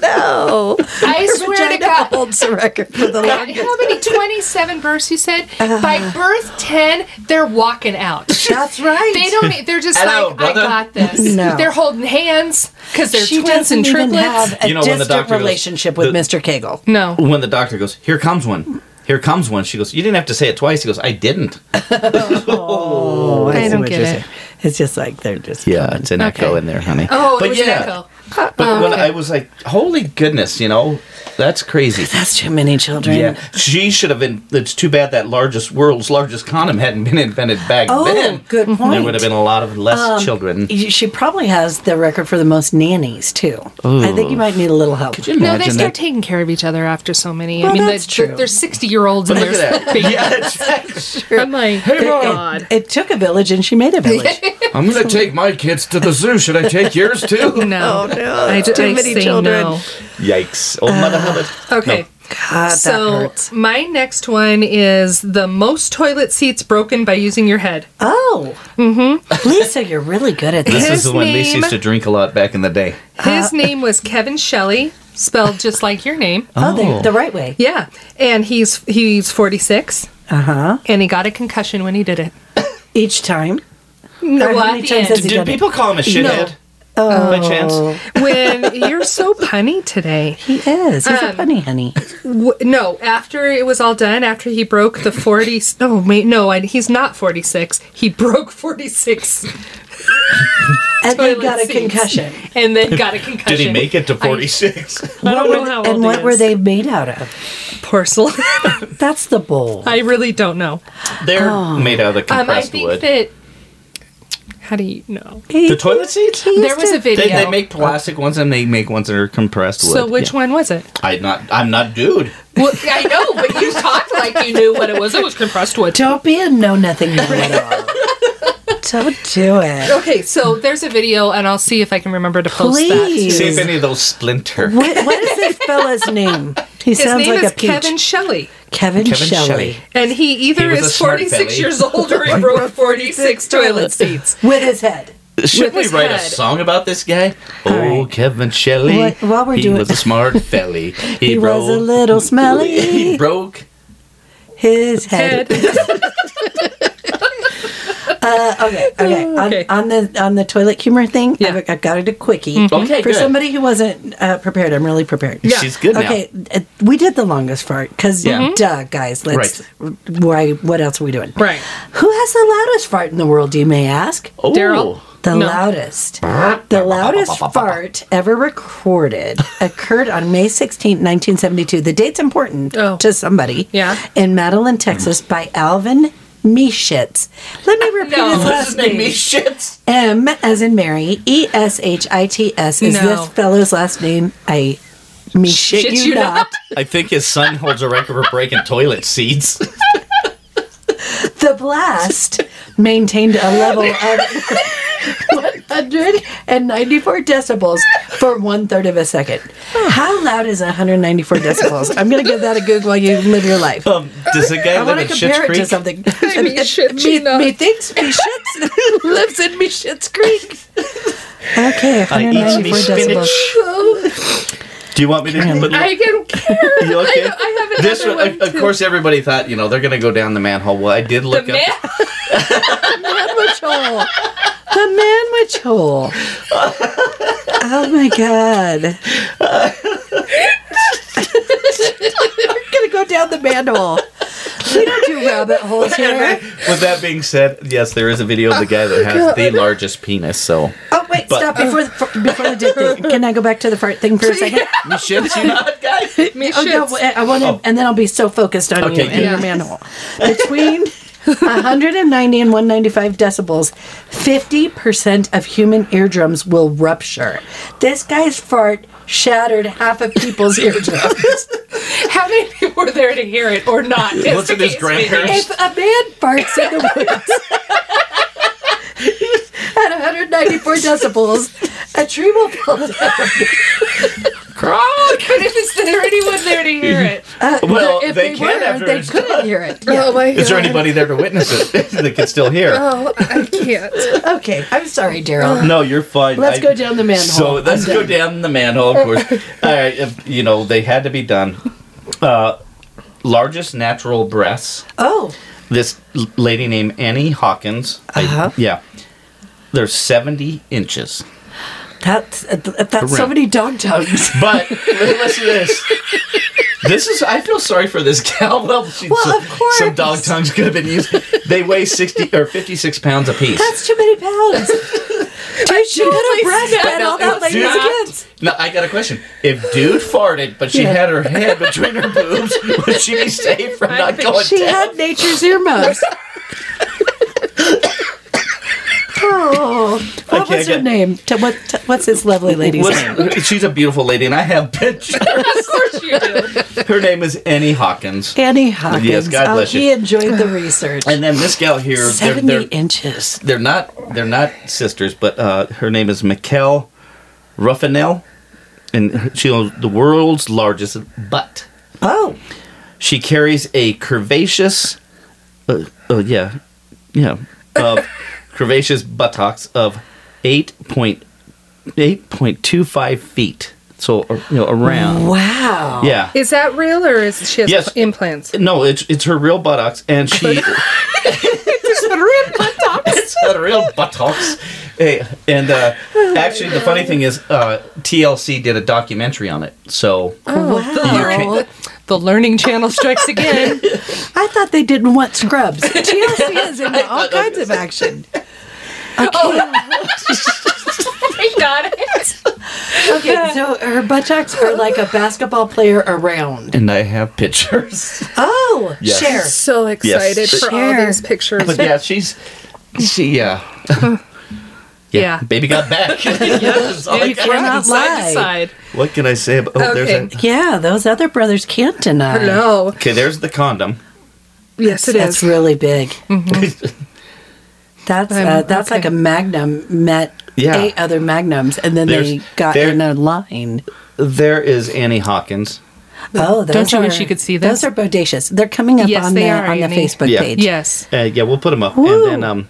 no. I swear to Vagina God. holds the record for the How longest. many? 27 births, you said? By birth 10, they're walking out. That's right. They don't. e, They're just Hello, like, brother. I got this. No. They're holding hands because they're she twins doesn't and triplets. even have a You know, when the distant doctor goes, relationship with the- Mr. Cagle. no. When the doctor goes, "Here comes one." Here comes one. She goes, "You didn't have to say it twice." He goes, "I didn't." Oh, I see don't what get you're it. saying. It's just like they're just Yeah, it's an echo Okay. in there, honey. Oh, it was an echo. But when okay. I was like, holy goodness, you know, that's crazy. That's too many children. Yeah, she should have been. It's too bad that largest world's largest condom hadn't been invented back Oh, then. good There point. would have been a lot of less children. You- She probably has the record for the most nannies too. I think you might need a little help. No, they Imagine start that. taking care of each other after so many. Well, I mean, that's the- the- true. they're 60 year olds and Look they're at that. babies. Yeah, it's- I'm like, hey, Oh, God. It took a village, and she made a village. I'm gonna take my kids to the zoo. Should I take yours too? Oh, No. no. I, Oh, d- too I many say children. no. Yikes! Oh, mother hubbard. Okay. God, so that hurts. my next one is the most toilet seats broken by using your head. Oh, mm-hmm. Lisa, you're really good at This this. His is the one Lisa name- used to drink a lot back in the day. Uh-huh. His name was Kevin Shelley, spelled just like your name. Oh, Oh. the, the right way. Yeah, and he's he's 46, Uh Uh-huh. huh. and he got a concussion when he did it. Each time. No, how at many the times end. has Is he Did gonna- people call him a shithead? Oh, By chance? when you're so punny today. he is. He's Um, a funny honey. W- no, after it was all done, after he broke the 40. No, wait, no, I, he's not 46. He broke 46. And they toilet got a seats. concussion. And then got a concussion. Did he make it to 46? I don't What know were- how old and he what were is. they made out of? Porcelain. That's the bowl. I really don't know. They're made out of the Um, I compressed think wood. that. How do you know? the toilet seats? There was a video. They, they make plastic ones and they make ones that are compressed wood. so which one was it? I not I'm not dude. Well, I know, but you talked like you knew what it was. It was compressed wood. Don't be a know nothing man at all. Don't do it. Okay, so there's a video, and I'll see if I can remember to post that. Please. See if any of those splinter. What, what is this fella's name? He His sounds name like is a peach. Kevin Shelley, Kevin, Kevin Shelley. Shelley. and he either He was a is smart 46 belly. years old or he broke 46 toilet seats. With his head. Should we his write a head. song about this guy? Oh, right. Kevin Shelley. What- while we're he doing- was a smart felly. He, He broke, was a little he smelly. broke. His head. Ted, Uh, okay, okay. On, Okay. on the on the toilet humor thing, Yeah. Mm-hmm. I've, I've got it a quickie. Okay, For good. somebody who wasn't uh, prepared, I'm really prepared. She's good Okay, uh, we did the longest part because, Yeah. Mm-hmm. Mhm. duh, guys, let's. Why? What else are we doing? Right. Who has the loudest fart in the world? You may ask. now. Oh, Daryl. The No. loudest. The loudest fart ever recorded occurred on May 16, 1972. The date's important Oh. to somebody. Yeah. In Madeline, Texas by Alvin Meshitz. Let me repeat No. his What's What's his last name? name. Me shits. M as in Mary, E S H I T S is No. this fellow's last name. I me shit, Shit you, you not. I think his son holds a record for breaking toilet seats. The blast maintained a level of 194 decibels for one third of a second. How loud is 194 decibels? I'm going to give that a Google while you live your life. Um, does the guy I live want in to Schitt's compare it to Creek? something. mean, shit, me, you not. me thinks me shits lives in me shits creek. Okay, I eat me 194 decibels. spinach. Do you want me to put I don't care. You okay? I, I have another this one, one. of too. course, everybody thought you know they're gonna go down the manhole. Well, I did The look man, up. manwich hole. The manwich hole. Oh my god. We're gonna go down the manhole. We don't do rabbit holes here. With that being said, yes, there is a video of the guy that has the largest penis. So Oh wait, But- stop before the, f- before the dick thing. Can I go back to the fart thing for a second? me shits you not, guys. me Oh no, shits. I- I want to, Oh. and then I'll be so focused on Okay, you and good. your manhole. Between 190 and 195 decibels, 50% of human eardrums will rupture. This guy's fart shattered half of people's eardrums. How many people were there to hear it or not? Just What's in in his case we- if grandparents? a man farts in the woods at 194 decibels, a tree will fall down. But if is there anyone there to hear it? Well, If they, can were, after they it's couldn't done. hear it. Yeah. my Is there anybody there to witness it that can still hear? Oh, I can't. Okay, I'm sorry, Daryl. No, you're fine. Let's I- go down the manhole. So let's I'm go done. down the manhole, of course. All right, if, you know they had to be done. Uh, largest natural breasts. Oh. This l- lady named Annie Hawkins. I- Uh-huh. yeah, they're seventy inches. That's uh, th- that's so Correct. many dog tongues. But listen to this. This is. I feel sorry for this gal. Well, she, Well, some, of course. some dog tongues could have been used. They weigh sixty or fifty-six pounds apiece. That's too many pounds. Dude, she could have breastfed all that lady's not. kids. Now I got a question. If dude farted, but she Yeah. had her head between her boobs, would she be safe from I not think going She down? had nature's earmuffs. oh, what Okay, was I her got- name? T- what, t- what's this lovely lady's name? What's- she's a beautiful lady, and I have pictures. Of course you do. Her name is Annie Hawkins. Annie Hawkins. God Oh, bless you. He enjoyed the research. And then this gal here, they're, 70 they're, inches. they're not they're not sisters, but uh, her name is Mikkel Ruffinell, and she owns the world's largest butt. Oh, She carries a curvaceous, uh, uh, yeah, yeah, of curvaceous buttocks of eight point eight point two five feet. So uh, you know around, wow. yeah. Is that real or is she has Yes. implants? No, it's it's her real buttocks, and she it's her real buttocks. Hey, and uh, actually, the funny thing is, uh, TLC did a documentary on it. So Wow. The Learning Channel strikes again. I thought they didn't want scrubs. TLC is into all kinds of action. Okay. So her buttocks are like a basketball player around. And I have pictures. Oh, Yes. share. So excited for all Share. these pictures. But yeah, she's she uh, yeah. Yeah. Baby got back. yes, all I You got. cannot side to lie. side. What can I say about oh Okay. there's a, Yeah, those other brothers can't deny. Hello. Okay, there's the condom. Yes, it is. Mm-hmm. That's really big. That's uh, I'm- that's like okay. a magnum met Yeah. eight other magnums, and then they There's- got there- in a line. There is Annie Hawkins. Oh, those you are, wish you could see Those this? are bodacious. They're coming up Yes, on they the are, on the Annie. Facebook Yeah. page. Yes. Uh, yeah, we'll put them up. Woo. And then um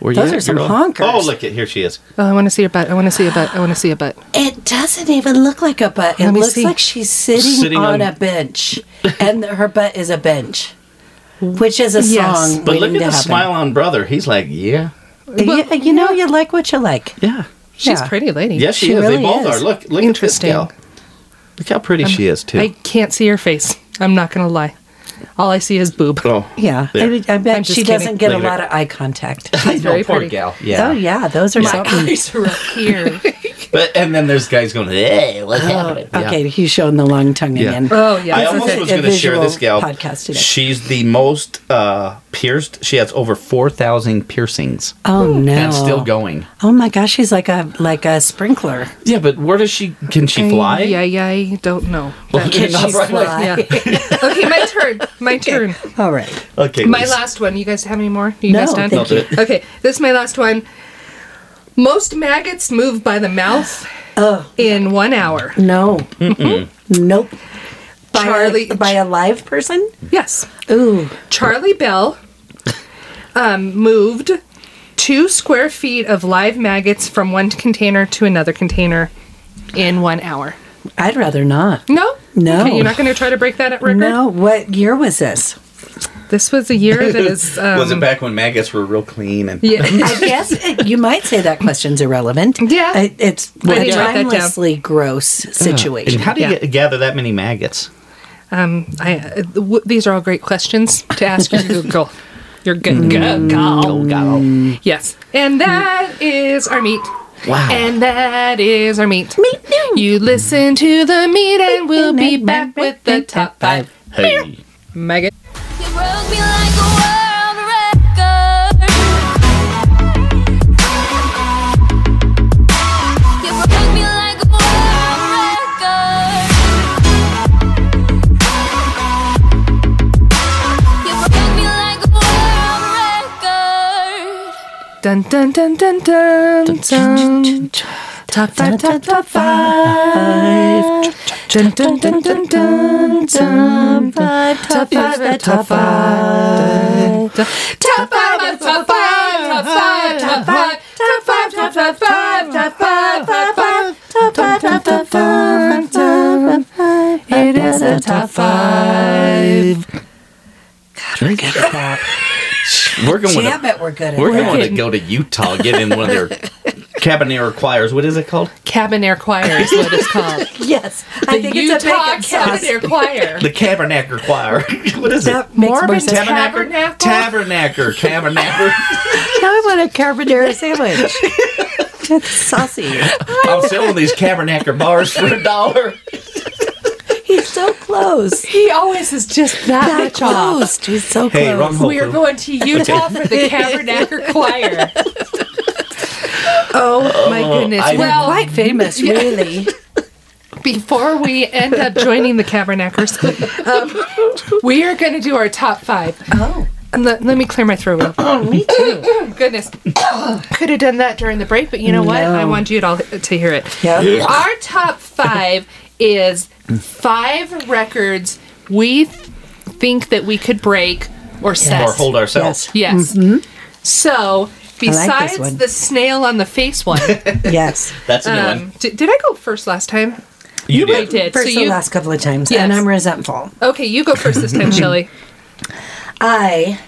where Those you are at, some girl? honkers. Oh look at here she is. Oh, I want to see your butt. I want to see your butt. I want to see your butt. It doesn't even look like a butt. It Let me looks see. like she's sitting, Sitting on, on- a bench, and her butt is a bench, which is a Yes. song. But look waiting at the to happen. smile on brother. He's like, Yeah. Yeah, you know, you like what you like. Yeah. She's Yeah. pretty lady. Yes, she, She is. really they both is. Um, are. Look look Interesting. at this gal. Look how pretty she is too. I can't see her face. I'm not going to lie. All I see is boob. oh. Yeah, I, There. mean, I bet I'm just she doesn't kidding. get Later. a lot of eye contact. I know, very poor pretty. gal. Yeah. Oh yeah, those are My something. eyes are up here. But and then there's guys going, Hey, what's happening? Yeah. Oh, Okay, he's showing the long tongue Yeah. again. oh, yeah. I this is almost it. was a going to share this visual gal. podcast today. She's the most uh, pierced. She has over four thousand piercings oh no, and still going. Oh my gosh, she's like a like a sprinkler. Yeah, but where does she? Can she fly? Yeah, yeah, I don't know. Well, That- okay, not She's right away. fly. yeah. okay, my turn. My turn. All right. Okay, My Lisa. last one. You guys have any more? You No, guys done? thank No, you. Okay, this is my last one. Most maggots move by the mouth Oh. in one hour. No. Nope. By Charlie- a, by a live person? Yes. Ooh. Charlie Bell um, moved two square feet of live maggots from one container to another container in one hour. I'd rather not. No? No. Okay, you're not going to try to break that record? No, what year was this? This was a year that is. Um, was it back when maggots were real clean and Yeah. I guess it, you might say that question's irrelevant. Yeah. It, it's I a didn't write that down. timelessly gross And situation. how do you Yeah. get- gather that many maggots? Um, I, uh, w- these are all great questions to ask your girl. Your good girl. Yes. And that is our meat. Wow. And that is our meat. Meat. You listen to the meat, and we'll be back with the top five. Hey. Maggot. You broke me like a world record. You broke me like a world record. You broke me like a world record. Dun dun dun dun dun dun. Top five, top top five. Dun dun dun dun dun Um, dun. Top five, uh, top five. Top five, uh, top five, top five, top five, top five, top five, five, top five, top five, top five, top top five, top five. It is a top five. We're good at that. We're going. Damn to, it, we're good at We're that. going to go to Utah get in one of their Cabanero choirs. What is it called? Cabin air choir is what it's called. Yes. I think it's a Utah bacon Cabin sauce. Air Choir. The Tabernacle Choir. what is it? That makes more Morbid sense. tab- Tabernacle. Tabernacle. Tabernacle. now I want a carbonara sandwich. That's saucy. I'm selling these Cabernacle bars for a dollar. He's so close. He always is just that, That much off. close. He's so close. Hey, Ron We are going to Utah for the Cabernacle Choir. Oh my goodness. I- well, Quite famous, really. before we end up joining the Cabernacles, um, we are going to do our top five. Oh. And Let, let me clear my throat. Real oh, me too. Goodness. Could have done that during the break, but you know what? No. I want you to, all, to hear it. Yeah. Our top five is five records we th- think that we could break or set. Or hold ourselves. Yes. Mm-hmm. So, besides one. the snail on the face one, Yes. That's a new um, one. di- did I go first last time? You I did. First so the you last couple of times. Yes. And I'm resentful. okay? You go first this time, Shelley. I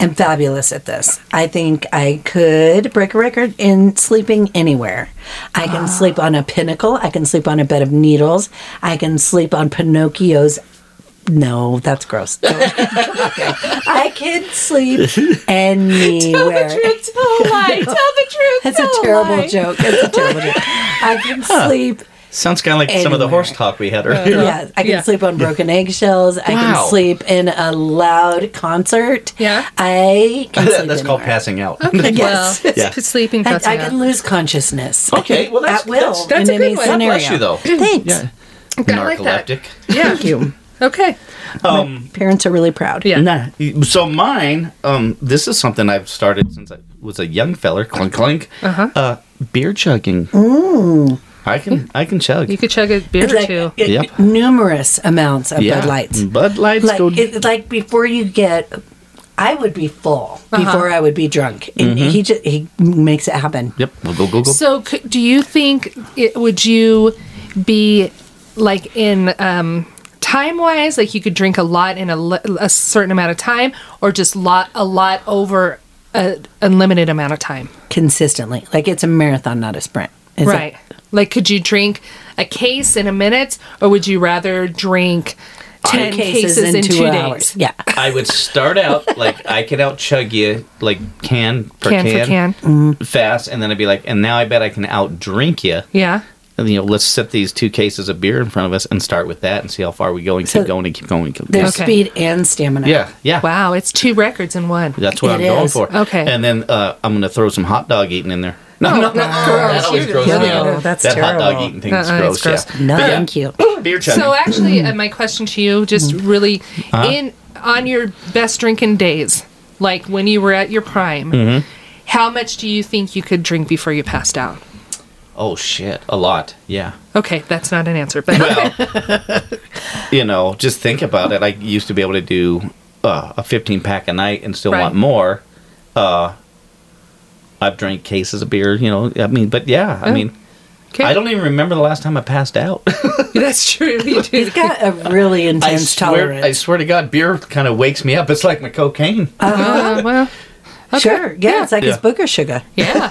am fabulous at this. I think I could break a record in sleeping anywhere. I Ah. can sleep on a pinnacle. I can sleep on a bed of needles. I can sleep on Pinocchio's. No, that's gross. Don't- Okay. I can sleep anywhere. Tell the truth. Tell the truth. That's a terrible joke. That's a terrible joke. I can sleep Sounds kind of like some of the Anywhere. horse talk we had earlier. Yeah, I can Yeah. sleep on broken eggshells. I Wow. can sleep in a loud concert. Yeah. I can sleep That's called anywhere. passing out. Oh. Yes. Well, Yeah. it's sleeping. I, dressing I up. can lose consciousness. Okay, well, that's- at will. that's- That's in a good any one. God scenario. bless you, though. Thanks. Yeah. I like that. Narcoleptic. Yeah. Thank you. Okay. Parents are really proud. Yeah. Nah, so mine, um, this is something I've started since I was a young feller. Clunk clunk. Uh-huh. Uh, beer chugging. I can I can chug. You could chug a beer It's or like two. it- Yep. numerous amounts of yeah. Mm. Bud Lights. Bud Lights Like go. it, like before you get, I would be full Uh-huh. before I would be drunk, and Mm-hmm. he just he makes it happen. yep. Go go go. go. So, c- do you think it, would you be like in um, time wise, like you could drink a lot in a, li- a certain amount of time, or just lot a lot over an unlimited amount of time? consistently. Like it's a marathon, not a sprint. It's like- right. like, could you drink a case in a minute, or would you rather drink ten cases, in two, days? Yeah. I would start out like I could out chug you like can per Can can, for can. fast, and then I'd be like, and now I bet I can out drink you. Yeah. And you know, let's set these two cases of beer in front of us and start with that and see how far we go and So keep going and keep going. And keep going. There's Okay. speed and stamina. Yeah, yeah. Wow, it's two records in one. That's what It I'm going is. for. Okay. Oh, And then uh, I'm going to throw some hot dog eating in there. No, no, no. Oh, That always Ew. grows No, me no, out. that's that hot terrible. dog eating thing is Uh-uh, it's gross. gross. Yeah. No, But yeah, thank you. Beer chugging. So actually, uh, my question to you, just really, in on your best drinking days, like when you were at your prime, how much do you think you could drink before you passed out? oh, shit. A lot. Yeah. Okay, that's not an answer, but Well, you know, just think about it. I used to be able to do uh, a 15 pack a night and still Right. want more. Uh, I've drank cases of beer, you know. I mean, but yeah, I mean, Oh, okay. I don't even remember the last time I passed out. That's true. You do. He's got a really I intense swear, I tolerance. swear to God, beer kind of wakes me up. It's like my cocaine. Uh, well, okay. Sure. Yeah, it's like his Yeah. booger sugar. yeah.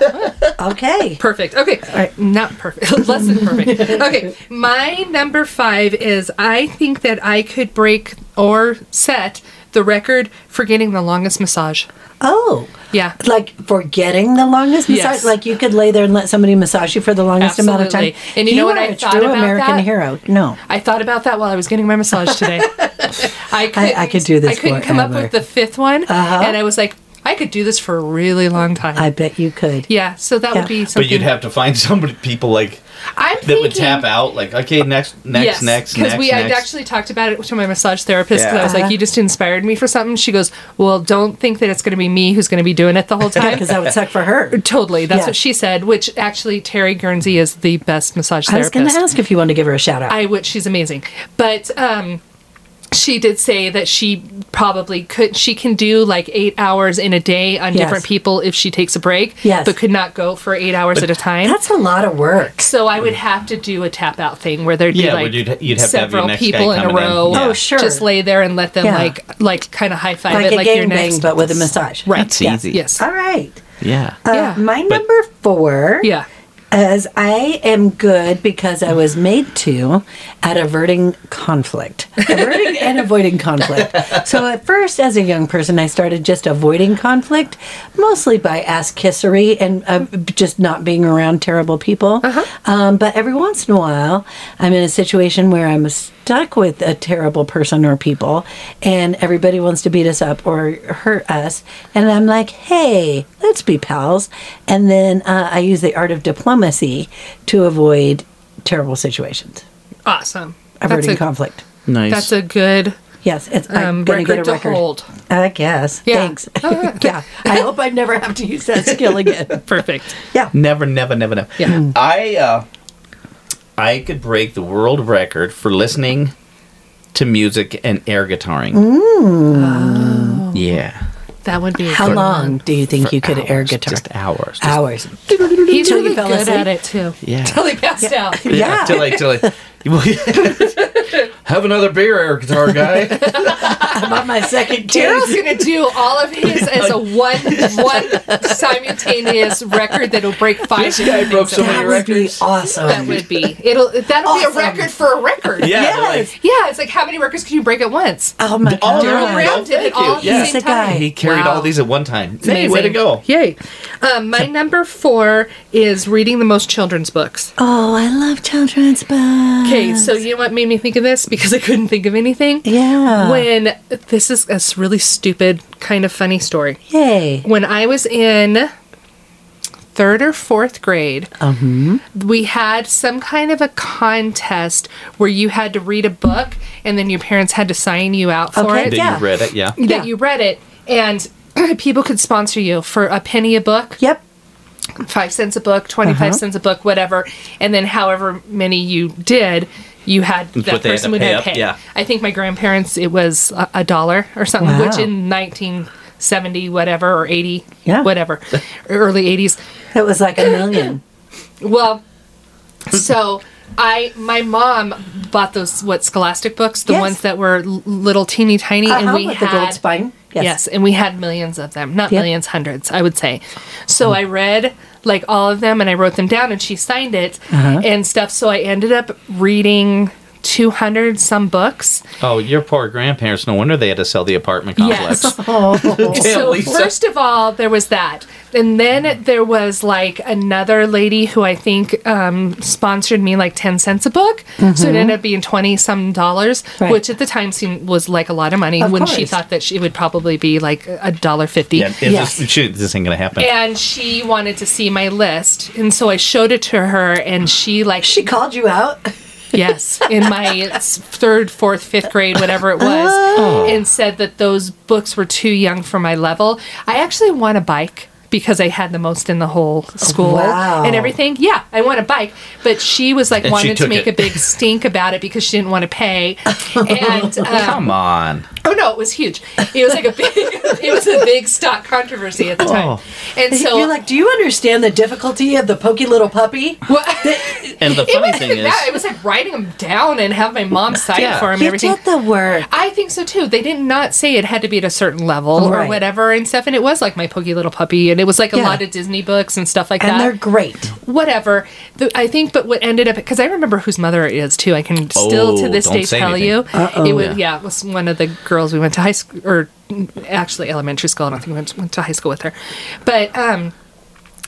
Okay. Perfect. Okay. right. Not perfect. Less than perfect. Okay. My number five is I think that I could break or set the record for getting the longest massage. Oh. Yeah. Like forgetting the longest massage. Yes. Like you could lay there and let somebody massage you for the longest amount of Absolutely. time. And you know what are I a thought true about American that? hero. No. I thought about that while I was getting my massage today. I, couldn't, I could do this I couldn't come up forever. with the fifth one, and I was like, I could do this for a really long time. I bet you could. yeah, so that Yeah. would be something. But you'd have to find somebody, people like I'm that would thinking- tap out, like okay, next, next, yes, next, next, Because we I'd next. actually talked about it to my massage therapist because I was Yeah. like, you just inspired me for something. She goes, well, don't think that it's going to be me who's going to be doing it the whole time. Because that would suck for her. Totally. That's Yeah. what she said, which actually Terry Guernsey is the best massage I was therapist. going to ask if you wanted to give her a shout out. I would. She's amazing, but um, she did say that she probably could. She can do like eight hours in a day on Yes. different people if she takes a break. Yes. but could not go for eight hours at a time. That's a lot of work. so I would have to do a tap out thing where there'd Mm. Yeah, be where like you'd- you'd have to have your several next guy people in a coming in. row. Yeah. Oh, sure. Just lay there and let them Yeah. like like kind of high five like it a like your gang bang, next. but with a massage. Right. That's yes. easy. Yes. All right. yeah. Uh, Yeah. My But- number four yeah. is I am good because I was made to at averting conflict, averting and avoiding conflict. So at first, as a young person, I started just avoiding conflict, mostly by ass kissery and uh, just not being around terrible people. Um, but every once in a while, I'm in a situation where I'm stuck with a terrible person or people, and everybody wants to beat us up or hurt us. And I'm like, hey, let's be pals. And then uh, I use the art of diplomacy to avoid terrible situations, Awesome. That's averting a conflict. Nice. that's a good Yes, it's um, I'm gonna record, get a to record. hold. I guess. Yeah. Thanks. yeah. I hope I never have to use that skill again. Perfect. Yeah. Never, never, never, never. Yeah. Mm. I uh, I could break the world record for listening to music and air guitaring. Mm. Yeah. That would be a How good long do Oh. you think you could air Hours, guitar? Just hours. Just- Hours. one. He's Till you really fell good asleep? at it too. Yeah. Till he passed out. Yeah. Yeah. Till I, till I, Well, Have another beer, air guitar guy. I'm on my second Daryl's case. gonna do all of his as a one one simultaneous record that'll break five. This guy different broke things so in many a row. That would be records. awesome. That would be it'll that'll Awesome. be a record for a record. Yeah, Yes. like- Yeah, it's like how many records can you break at once? Oh my All god. Daryl right. Graham did it Thank you. all at the Yeah. same He's the guy. time. he carried Wow. all these at one time. It's Hey, way to amazing. go! Yay. Um, my number four is reading the most children's books. Oh, I love children's books. Okay, so you know what made me think of this? Because I couldn't think of anything. Yeah. When this is a s- really stupid, kind of funny story. Yay. When I was in third or fourth grade, Mm-hmm. we had some kind of a contest where you had to read a book and then your parents had to sign you out for Okay, it. Then Yeah. you read it, yeah. That you read it and people could sponsor you for a penny a book Yep. five cents a book, 25 Uh-huh. cents a book, whatever. And then however many you did, you had that what they had person to would pay have up, paid. yeah. I think my grandparents, it was a, a dollar or something, Wow. which in 1970, whatever, or 80, Yeah. whatever, early 80s. It was like a million. Well, so I my mom bought those what Scholastic books, the Yes. ones that were l- little teeny tiny, and Uh-huh, we with the had gold spine. Yes. Yes. and we had millions of them, not Yep. Mm-hmm. millions, hundreds, I would say. So I read like all of them, and I wrote them down, and she signed it Uh-huh. and stuff. So I ended up reading. 200 some books. Oh, your poor grandparents. No wonder they had to sell the apartment complex. Yes. Damn, so Lisa. first of all, there was that, and then there was like another lady who I think um, sponsored me like ten cents a book, so it ended up being twenty some dollars, Mm-hmm. Right. which at the time seemed was like a lot of money Of when she course. thought that she, it would probably be like a dollar fifty. Yeah, it's Yes. just- shoot, this ain't gonna happen. And she wanted to see my list, and so I showed it to her, and she like She called you out. Yes, in my s- third, fourth, fifth grade, whatever it was, Oh. and said that those books were too young for my level. I actually want a bike because I had the most in the whole school Wow. and everything. Yeah, I want a bike, but she was like And she wanted to took make it. a big stink about it because she didn't want to pay. And um, Come on. oh no, it was huge. It was like a big, it was a big stock controversy at the time. Oh. And so You're like, do you understand the difficulty of the pokey little puppy? And the it funny wasn't thing even is, that. It was like writing them down and have my mom sign Yeah. for him and You everything. did the work. I think so too. They did not say it had to be at a certain level or Right. whatever and stuff. And it was like my Pokey Little Puppy, and it was like a Yeah. lot of Disney books and stuff like And they're that. great. Whatever. The, I think, but what ended up because I remember whose mother it is too. I can still to Oh, this don't day say tell anything. you. It was Yeah. yeah. it was one of the girls we went to high school or mm, actually elementary school. I don't think we went, went to high school with her, but um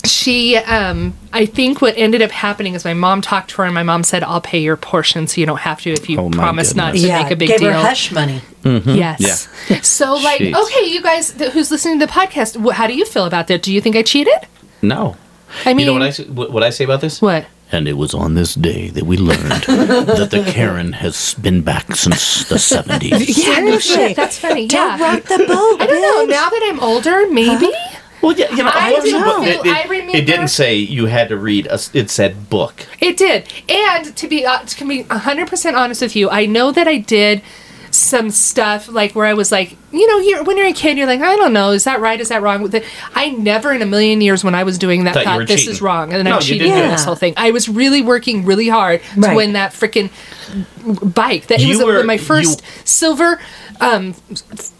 she um i think what ended up happening is my mom talked to her and my mom said i'll pay your portion so you don't have to if you Oh, my promise not to goodness. Hmm. make a big gave deal her hush money. Yes. So, like, Jeez. okay, you guys th- who's listening to the podcast, wh- how do you feel about that? Do you think I cheated? no. I mean, you know what I s- what, what I say about this? what? And it was on this day that we learned that the Karen has been back since the seventies. Yeah, no shit. Seriously. That's funny. Yeah. Don't rock the boat. I don't know. Now that I'm older, maybe. Well, yeah, you know, I wasn't- didn't but know. It, it- I remember- it didn't say you had to read. A, s- it said book. It did. And to be uh, to be 100% honest with you, I know that I did some stuff like where I was like, you know, you're, when you're a kid, you're like, I don't know, is that right? Is that wrong? With it? I never in a million years when I was doing that Thought you thought, were this cheating. is wrong, and No, I'm you cheating didn't. on this whole thing. I was really working really hard to Right. win that freaking bike. That it You was were- my first you- silver um,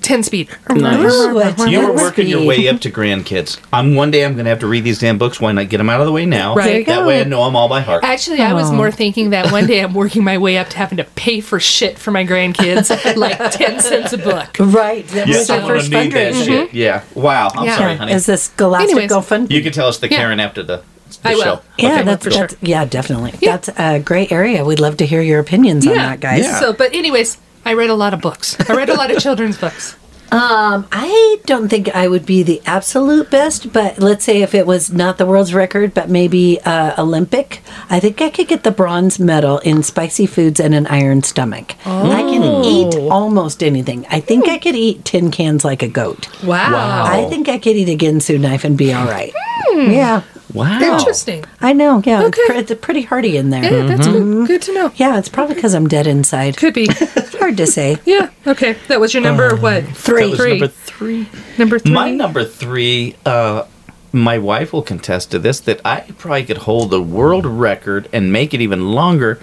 10 speed. Nice. You were working your way up to grandkids. I'm one day I'm going to have to read these damn books. Why not get them out of the way now? Right. There you That go. way I know them all by heart. Actually, I was Oh. more thinking that one day I'm working my way up to having to pay for shit for my grandkids, like 10 cents a book. Right. That You was don't her wanna first need that fundraiser. shit. Mm-hmm. Yeah. Wow. I'm Yeah. sorry, honey. Is this Galactic Anyways. GoFundMe? You can tell us the Karen after the, the I will. show. yeah, Okay. that's, for sure. that's yeah, definitely. Yeah. That's a great area. We'd love to hear your opinions on that, guys. Yeah. So, but anyways, I read a lot of books. I read a lot of children's books. Um, I don't think I would be the absolute best, but let's say if it was not the world's record, but maybe uh, Olympic, I think I could get the bronze medal in spicy foods and an iron stomach. I Oh. can eat almost anything. I think I could eat tin cans like a goat. Wow. I think I could eat a Ginsu knife and be all right. Yeah, Wow. Interesting. I know. Yeah, it's, Hmm. Okay. pre- it's pretty hearty in there. Yeah, that's good, good to know. Mm-hmm. Yeah, it's probably because I'm dead inside. Could be. It's hard to say. Yeah. Okay. That was your number, what? Um, Three. That was Three. number three. Number three. My number three, uh, my wife will contest to this that I probably could hold the world record and make it even longer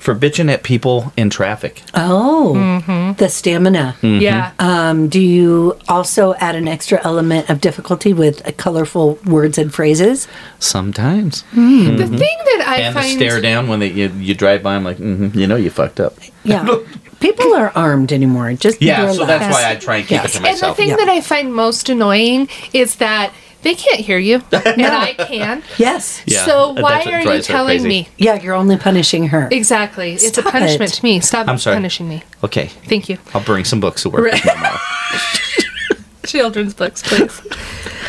for bitching at people in traffic. Oh, Mm-hmm. the stamina. Hmm. Yeah. Um, do you also add an extra element of difficulty with uh, colorful words and phrases? Sometimes. The Mm-hmm. thing that I Mm-hmm. and the find stare down when they, you, you drive by, I'm like, mm you know, you fucked up. Yeah. People are armed anymore. Just Yeah, people are so like- that's why I try and keep it to And the myself. thing Yeah. that I find most annoying is that they can't hear you, and I can. Yes. Yeah, so that's why what are you drives her telling crazy. me? Yeah, you're only punishing her. Exactly. it's a Stop punishment it. to me. Stop I'm sorry. punishing me. Okay, Thank you. I'll bring some books to work. Right. Children's books, please.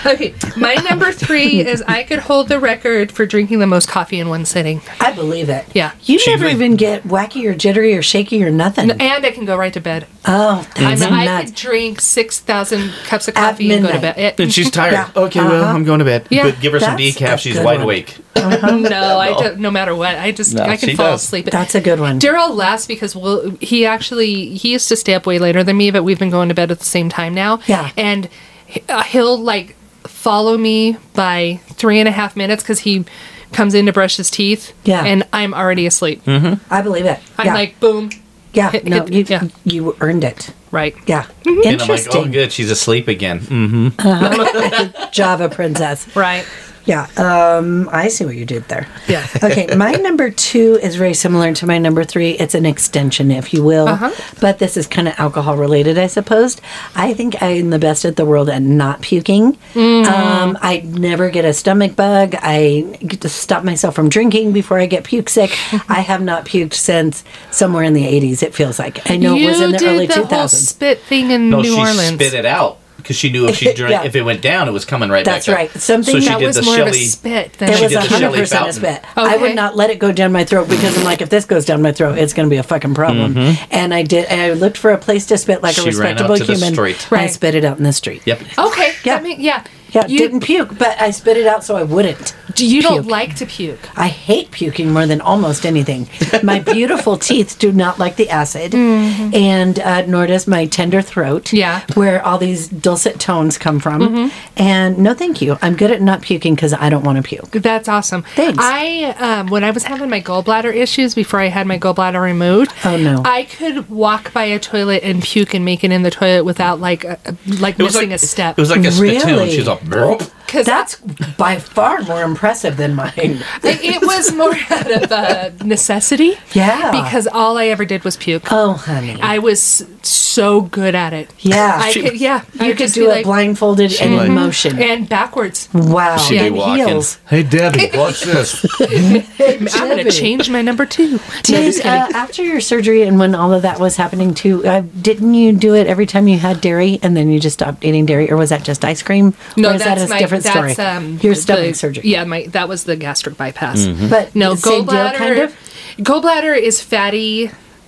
Okay, my number three is I could hold the record for drinking the most coffee in one sitting. I believe it. Yeah. You never even get wacky or jittery or shaky or nothing. And I can go right to bed. oh, I that's mean, I nuts. could drink 6,000 cups of coffee and go to midnight. bed. It- And she's tired. Yeah. Okay, well, Uh-huh. I'm going to bed. Yeah. But give her some That's decaf. a She's good wide one. awake. no, I don't. No matter what, I just No, I can she fall does. asleep. That's a good one. Daryl laughs because well, he actually he used to stay up way later than me, but we've been going to bed at the same time now. Yeah. and he- uh, he'll like follow me by three and a half minutes because he comes in to brush his teeth. Yeah. and I'm already asleep. Mm-hmm. I believe it. I'm yeah. like boom, yeah, hit- no, hit- you, yeah. Mm-hmm. you earned it. right. Yeah. And I'm like, Interesting. oh, good. She's asleep again. Mm. Java princess. Right. Yeah. Um, I see what you did there. Yeah. okay, my number two is very similar to my number three. It's an extension, if you will, Uh-huh. but this is kind of alcohol related, I suppose. I think I'm the best at the world at not puking. Mm. Um, I never get a stomach bug. I get to stop myself from drinking before I get puke sick. I have not puked since somewhere in the 80s. It feels like I know you it was in the did early the 2000s. whole spit thing in No, New she Orleans. spit it out because she knew if she drank, Yeah. if it went down, it was coming right That's back right. up. Something so she that did was the more shelly. of a spit than It She was did a the hundred Shelley percent a Fountain. spit. I Okay. would not let it go down my throat because I'm like, if this goes down my throat, it's going to be a fucking problem. And I did. I looked for a place to spit like Mm-hmm. She a ran out respectable to the human. street. I Right. spit it out in the street. Yep. Okay. Yeah. I mean, yeah. Yeah, You didn't puke, but I spit it out so I wouldn't. you don't puke. like to puke. I hate puking more than almost anything. My beautiful teeth do not like the acid, and uh, nor does my tender throat, Mm-hmm. Yeah. Mm-hmm. where all these dulcet tones come from. And no, thank you. I'm good at not puking because I don't want to puke. That's awesome. Thanks. I um, when I was having my gallbladder issues before I had my gallbladder removed. Oh, no. I could walk by a toilet and puke and make it in the toilet without like a, a- like It was missing like a step. It was like a spittoon. Really? She's like, "Burp." Cause That's by far more impressive than mine. it, it was more out of uh, necessity. Yeah. Because all I ever did was puke. Oh, honey. I was so good at it. Yeah. I could. Yeah. you I would Ah, could just be do it like- blindfolded and in motion. and backwards. wow. She'd be And walking. heels. Hey, Debbie, watch this. I'm gonna Debbie. change my number two. No, Did, just kidding. uh, after your surgery and when all of that was happening too, uh, didn't you do it every time you had dairy and then you just stopped eating dairy, or was that just ice cream? no, or is that's that a my different that's, story? Um, your the- stomach surgery. Yeah, my that was the gastric bypass. Mm-hmm. but No, same deal, gallbladder. kind of. Gallbladder is fatty,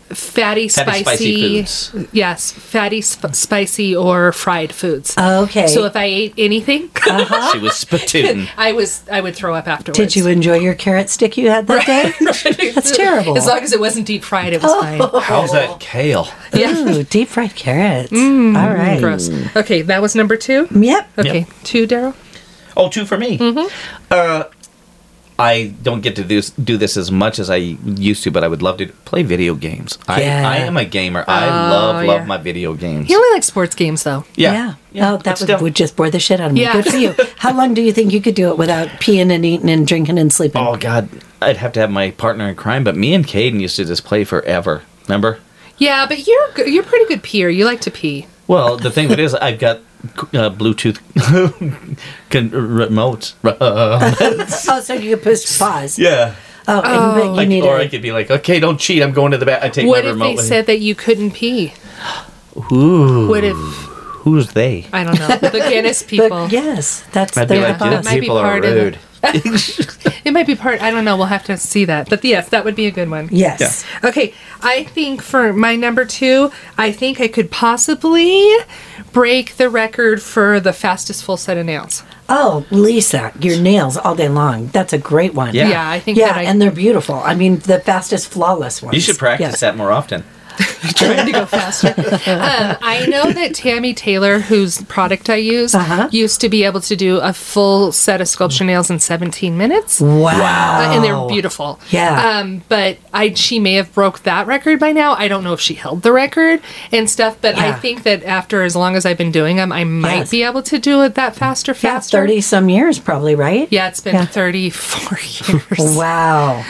fatty, Fatty, spicy. spicy foods. Yes, fatty, sp- spicy, or fried foods. Okay. Uh-huh. So if I ate anything, she was spittoon. I was I would throw up afterwards. Did you enjoy your carrot stick you had that day? That's terrible. Oh, As long as it wasn't deep fried, it was fine. How's that kale? Yeah. Ooh, deep fried carrots. all right. Mm, Gross. Okay, that was number two. Yep. Okay, Yep. two, Daryl. Oh, two for me. Mm-hmm. Uh, I don't get to do, do this as much as I used to, but I would love to play video games. Yeah. I, I am a gamer. I love, love Oh, yeah. my video games. He only likes sports games though. Yeah. Yeah. Yeah. Oh, But that would, still- would just bore the shit out of me. Yeah. Good for you. How long do you think you could do it without peeing and eating and drinking and sleeping? Oh, God. I'd have to have my partner in crime, but me and Caden used to just play forever. Remember? Yeah, but you're go- you're a pretty good peer. You like to pee. Well, the thing that is, I've got uh, Bluetooth con- remotes. Oh, so you could push pause. Yeah. Oh, and, but you Like, need or I a- could be like, okay, don't cheat. I'm going to the back. I take What my if remote. they with me." said that you couldn't pee? Ooh, What if who's they? I don't know the Guinness people? but yes, that's I'd their be like, Yeah, that these thoughts. might be people are part of the- rude. It might be part. I don't know. We'll have to see that. But yes, that would be a good one. Yes. Okay. I think for my number two, I think I could possibly break the record for the fastest full set of nails. Oh, Lisa, your nails all day long. That's a great one. Yeah. Yeah, I think Yeah, that I. and they're beautiful. I mean, the fastest, flawless ones. You should practice Yes. that more often. trying to go faster. um, I know that Tammy Taylor, whose product I use, Uh-huh. used to be able to do a full set of sculpture nails in 17 minutes. Wow. Uh, and they're beautiful. Oh, Yeah. Um, but I she may have broke that record by now. I don't know if she held the record and stuff. But I Yeah. think that after as long as I've been doing them, I might Yes. be able to do it that faster. Yeah, Faster. 30 some years probably, right? Yeah, it's been Yeah. 34 years. Uh, Wow.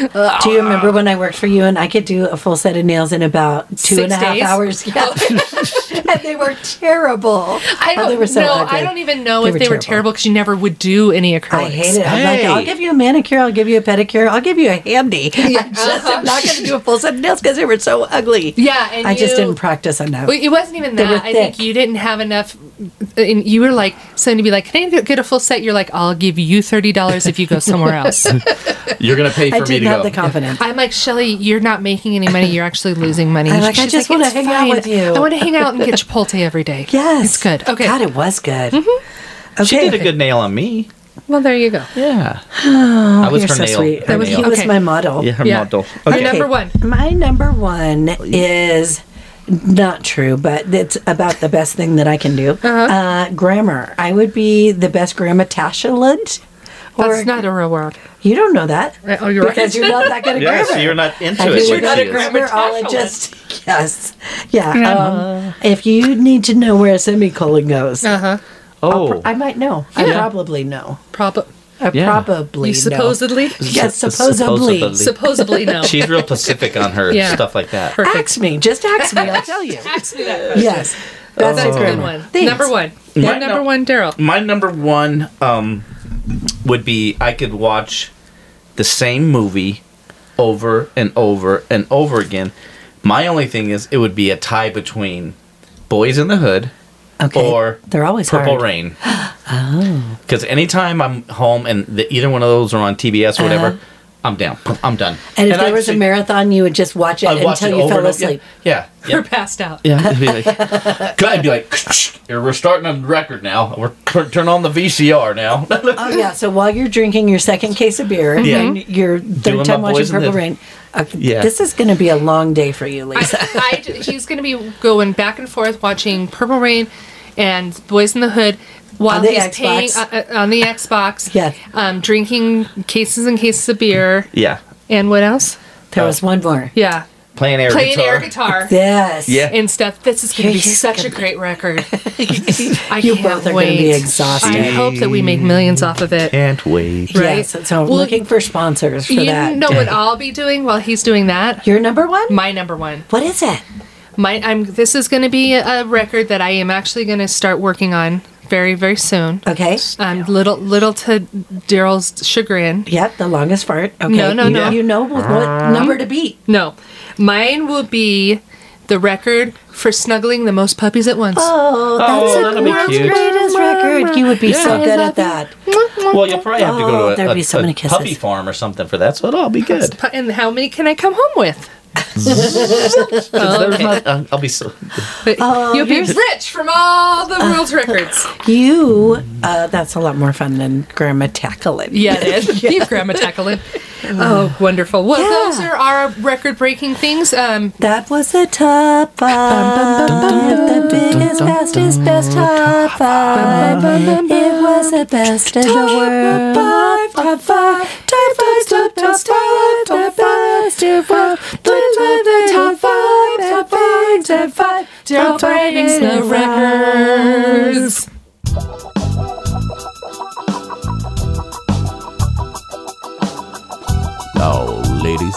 Do you remember when I worked for you and I could do a full set of nails in about two and Six a half days? Oh. hours? Yeah. and they were terrible. I Oh, don't they were so know. I ugly. don't even know They if were they were terrible. terrible because you never would do any acrylics. I hate it. I'm like, Hey. I'll give you a manicure, I'll give you a pedicure, I'll give you a handy. I just am not going to do a full set of nails because they were so ugly. uh-huh. Yeah, and I just you- didn't practice enough. Well, it wasn't even They were that. I think thick. you didn't have enough. And you were like, somebody be like, "Can I get- get a full set?" You're like, "I'll give you thirty dollars if you go somewhere else." You're gonna pay for I me didn't to have go. the confidence. I'm like, Shelly, you're not making any money. You're actually losing money. I'm like, "I She's just wanna "It's hang out with you." I want to hang out and get Chipotle every day. Yes. it's good. Okay. Mm-hmm. God, it was good. Okay. She did a good nail on me. Well, there you go. Yeah. I was You're her so nail. sweet. Her That was, he nail. was Okay. my model. Yeah, her Yeah. model. Your Okay. number one. My number one is not true, but it's about the best thing that I can do. Uh-huh. uh grammar. I would be the best grammatician. That's not a real word. You don't know that. Right, oh, you're right. Because you're not that good at Yeah, so grammar. you're not into And it. You're like not she a is. grammaticalist. Yes. Yeah. Um, if you need to know where a semicolon goes, Uh huh. Oh, I might know. I probably know. Probably. I Yeah. probably You know. supposedly. Yes, Sup- supposedly. Supposedly no. She's real Pacific on her Yeah. stuff like that. Perfect. Ask me. Just ask me. I'll tell you. Ask me that. Yes. That's That's Oh. a good grammar. one. Thanks. Number one. Might number not- one, Daryl. My number one um, would be I could watch the same movie over and over and over again. My only thing is it would be a tie between Boys in the Hood Okay. or They're always Purple hard. Rain. oh. Because anytime I'm home and the, either one of those are on TBS Uh-huh. or whatever, I'm down. I'm done. And if there I'd was a sit- marathon, you would just watch it I'd watch until it you over fell and over- yeah, asleep. Yeah. yeah. We're passed out. Yeah, it'd be like, I'd be like, "Here, we're starting on record now. We're tur- turn on the VCR now. Oh yeah. So while you're drinking your second case of beer, Yeah. and Mm-hmm. your third Doing my time watching boys in the- Purple Rain, okay, Yeah. this is going to be a long day for you, Lisa. I, I- he's going to be going back and forth watching Purple Rain and Boys in the Hood while On the he's Xbox. paying uh, uh, on the Xbox. Yes. Um, drinking cases and cases of beer. yeah, And what else? there was one more. Yeah. playing air Playing guitar. air guitar. Yes. Yeah. And stuff. This is going to be He's such a great record. I You can't both are going wait. to be exhausted. I hope that we make millions off of it. Mm-hmm. Can't wait. Right. Yes. So I'm Well, looking for sponsors for You that. know what I'll be doing while he's doing that? Your number one? My number one. what is it? My, I'm. This is going to be a record that I am actually going to start working on very, very soon. Okay. Um, little, little to Daryl's chagrin. Yep. The longest fart. Okay. No, no, you, no. You know what number to beat. No, mine will be the record for snuggling the most puppies at once. Oh, that's Oh, the that'll be world's cute. greatest record. You would be so good at that. Well, you'll probably have to Oh, go to a, there'd a- be so a many kisses. puppy farm or something for that, so it'll all be good. Pu- And how many can I come home with? 'Cause there's not- uh, I'll be so. But Uh, You'll be here's- Oh, rich from all the world's records. You, uh, that's a lot more fun than Grandma Tackling. Yeah, it is. You grandma tackling. Oh, wonderful. Well, Yeah. those are our record-breaking things. Um, That was the top five. The biggest, fastest, best top five. It was the best in the world. Top five, top five, top five, top five, top five, top five, top five, top five, top five, Daryl top five, breaks the records. Now, ladies,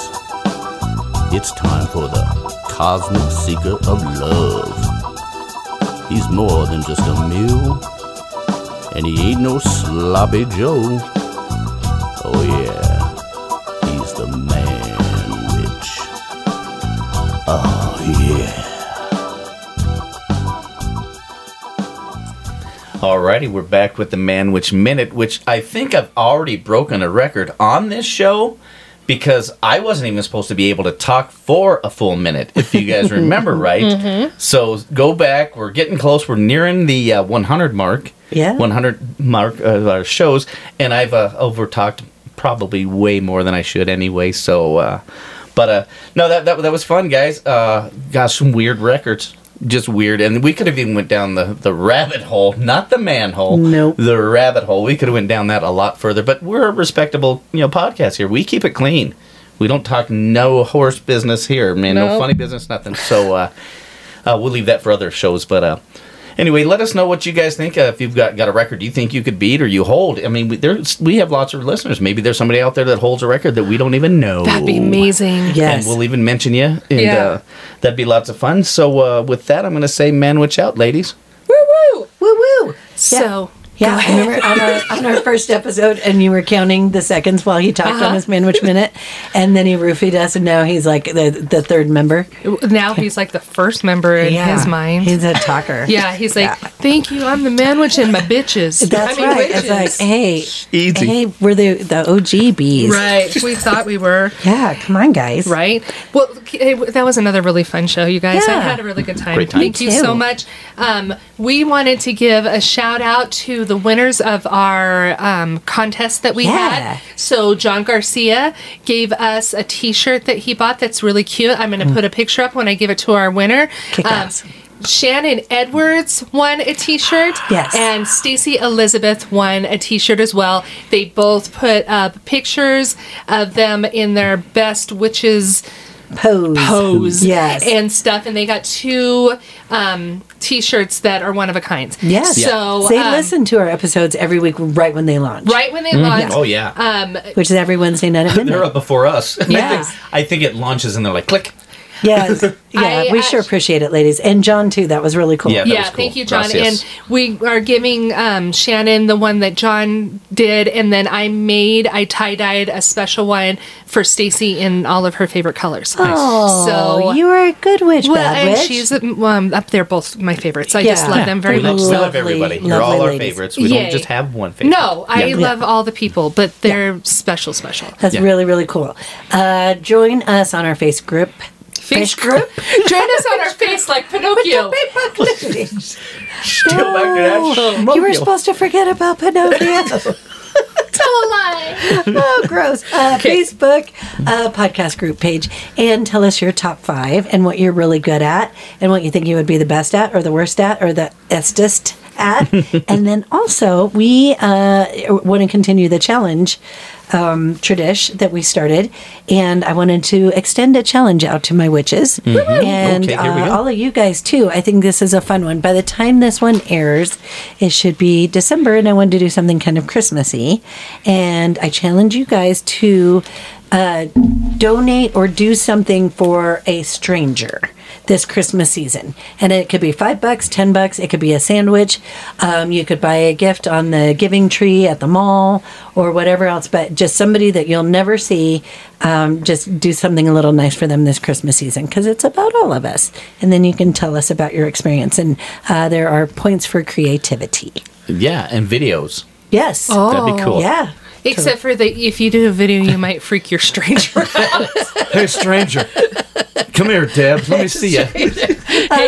it's time for the Cosmic Seeker of Love. He's more than just a mule, and he ain't no sloppy Joe. Oh, yeah, he's the man witch. Oh, yeah. Alrighty, we're back with the Man Witch Minute, which I think I've already broken a record on this show because I wasn't even supposed to be able to talk for a full minute, if you guys remember right. Mm-hmm. So go back. We're getting close. We're nearing the uh, 100 mark. Yeah. 100 mark uh, of our shows, and I've uh, over talked probably way more than I should anyway. So, uh, But uh, no, that, that that was fun, guys. Uh, got some weird records, just weird, and we could have even went down the the rabbit hole, not the manhole. Nope. the rabbit hole. We could have went down that a lot further. But we're a respectable, you know, podcast here. We keep it clean. We don't talk no horse business here, man. No Nope. funny business, nothing. So uh, uh, we'll leave that for other shows, but. Uh, Anyway, let us know what you guys think. Uh, if you've got, got a record you think you could beat or you hold, I mean, we, there's, we have lots of listeners. Maybe there's somebody out there that holds a record that we don't even know. That'd be amazing. Yes. And we'll even mention you. And Yeah. uh, that'd be lots of fun. So, uh, with that, I'm going to say manwich out, ladies. woo woo. So Yeah, I remember on our, on our first episode, and you were counting the seconds while he talked on his Manwich Minute, and then he roofied us, and now he's like the, the third member. now he's like the first member in his mind. He's a talker. yeah, he's like, thank you. I'm the man witch and my bitches. That's I mean, right. witches. It's like, hey, Easy. hey, we're the, the OG bees. right. We thought we were. Yeah, come on, guys. Right. Well, c- hey, w- that was another really fun show, you guys. Yeah. I had a really good time. Great time. Thank Me you so too. much. Um, we wanted to give a shout out to the winners of our um, contest that we Yeah. had. So John Garcia gave us a T-shirt that he bought. That's really cute. I'm going to put a picture up when I give it to our Mm. winner. Um, Kick ass. Shannon Edwards won a T-shirt. Yes. And Stacy Elizabeth won a T-shirt as well. They both put up pictures of them in their best witches Pose. pose, Yes. and stuff. And they got two um, T-shirts that are one of a kind. Yes. So they um, listen to our episodes every week right when they launch, right when they launch. Oh, yeah. Um, which is every Wednesday night at they're midnight. up before us. And I, Yeah. think, I think it launches and they're like, click. yes. Yeah, I we sure actu- appreciate it, ladies. And John, too. That was really cool. Yeah. That yeah, was cool. thank you, John. Gracias. And we are giving um, Shannon the one that John did, and then I made, I tie dyed a special one for Stacy in all of her favorite colors. Oh, so you are a good witch, well, bad and witch. she's um, up there, both my favorites. I just Yeah. love them very We love, much. we So. love everybody. You're lovely all our ladies. favorites. We Yay. don't just have one favorite. No, I Yeah. love all the people, but they're special, special. That's Yeah. really, really cool. Uh, join us on our face group. Face group. Join us on our face like Pinocchio. Go back to that show. Oh, you were supposed to forget about Pinocchio. Tell a lie. oh, gross. Uh, Facebook uh, podcast group page. And tell us your top five and what you're really good at and what you think you would be the best at or the worst at or the estest at. and then also, we uh, want to continue the challenge um, tradish that we started. And I wanted to extend a challenge out to my witches. And Mm-hmm. Okay, here we uh, go. all of you guys, too. I think this is a fun one. By the time this one airs, it should be December, and I wanted to do something kind of Christmassy. And I challenge you guys to uh, donate or do something for a stranger this Christmas season. And it could be five bucks, ten bucks, it could be a sandwich. Um, you could buy a gift on the giving tree at the mall or whatever else, but just somebody that you'll never see. Um, just do something a little nice for them this Christmas season because it's about all of us. And then you can tell us about your experience. And uh, there are points for creativity. Yeah, and videos. Yes. That'd be cool. Yeah. Except for that, if you do a video, you might freak your stranger. out. Hey, stranger. Come here, Deb. Let me see you. Uh,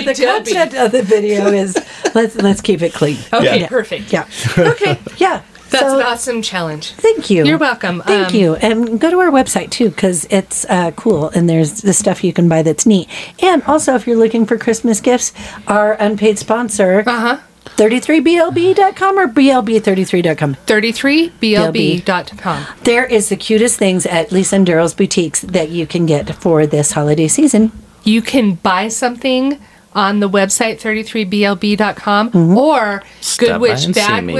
the Debbie. content of the video is let's let's keep it clean. Okay, Yeah. perfect. Yeah. Okay, Yeah. that's so, an awesome challenge. Thank you. You're welcome. Thank Um, you. And go to our website too, because it's uh, cool and there's the stuff you can buy that's neat. And also, if you're looking for Christmas gifts, our unpaid sponsor, uh-huh. 33blb.com or blb33.com. 33blb.com. There is the cutest things at Lisa and Daryl's boutiques that you can get for this holiday season. You can buy something on the website 33blb.com or Mm-hmm. Stop by Goodwitch and see me.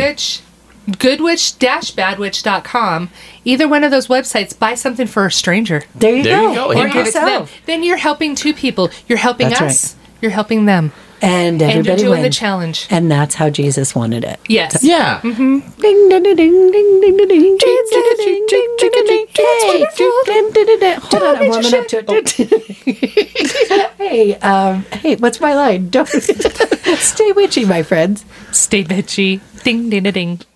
Badwitch. Goodwitch-badwitch.com. Either one of those websites, buy something for a stranger. There you There go. you go. Or Or give it to them. yourself. Then you're helping two people. You're helping That's us. You're helping them. And And everybody you're doing the wins. challenge. And that's how Jesus wanted it. Yes. Yeah. Ding ding ding ding ding ding ding ding. Hold on, I'm warming up to it. Hey, um, hey, what's my line? Don't stay witchy, my friends. Stay bitchy. Ding, ding, ding, ding.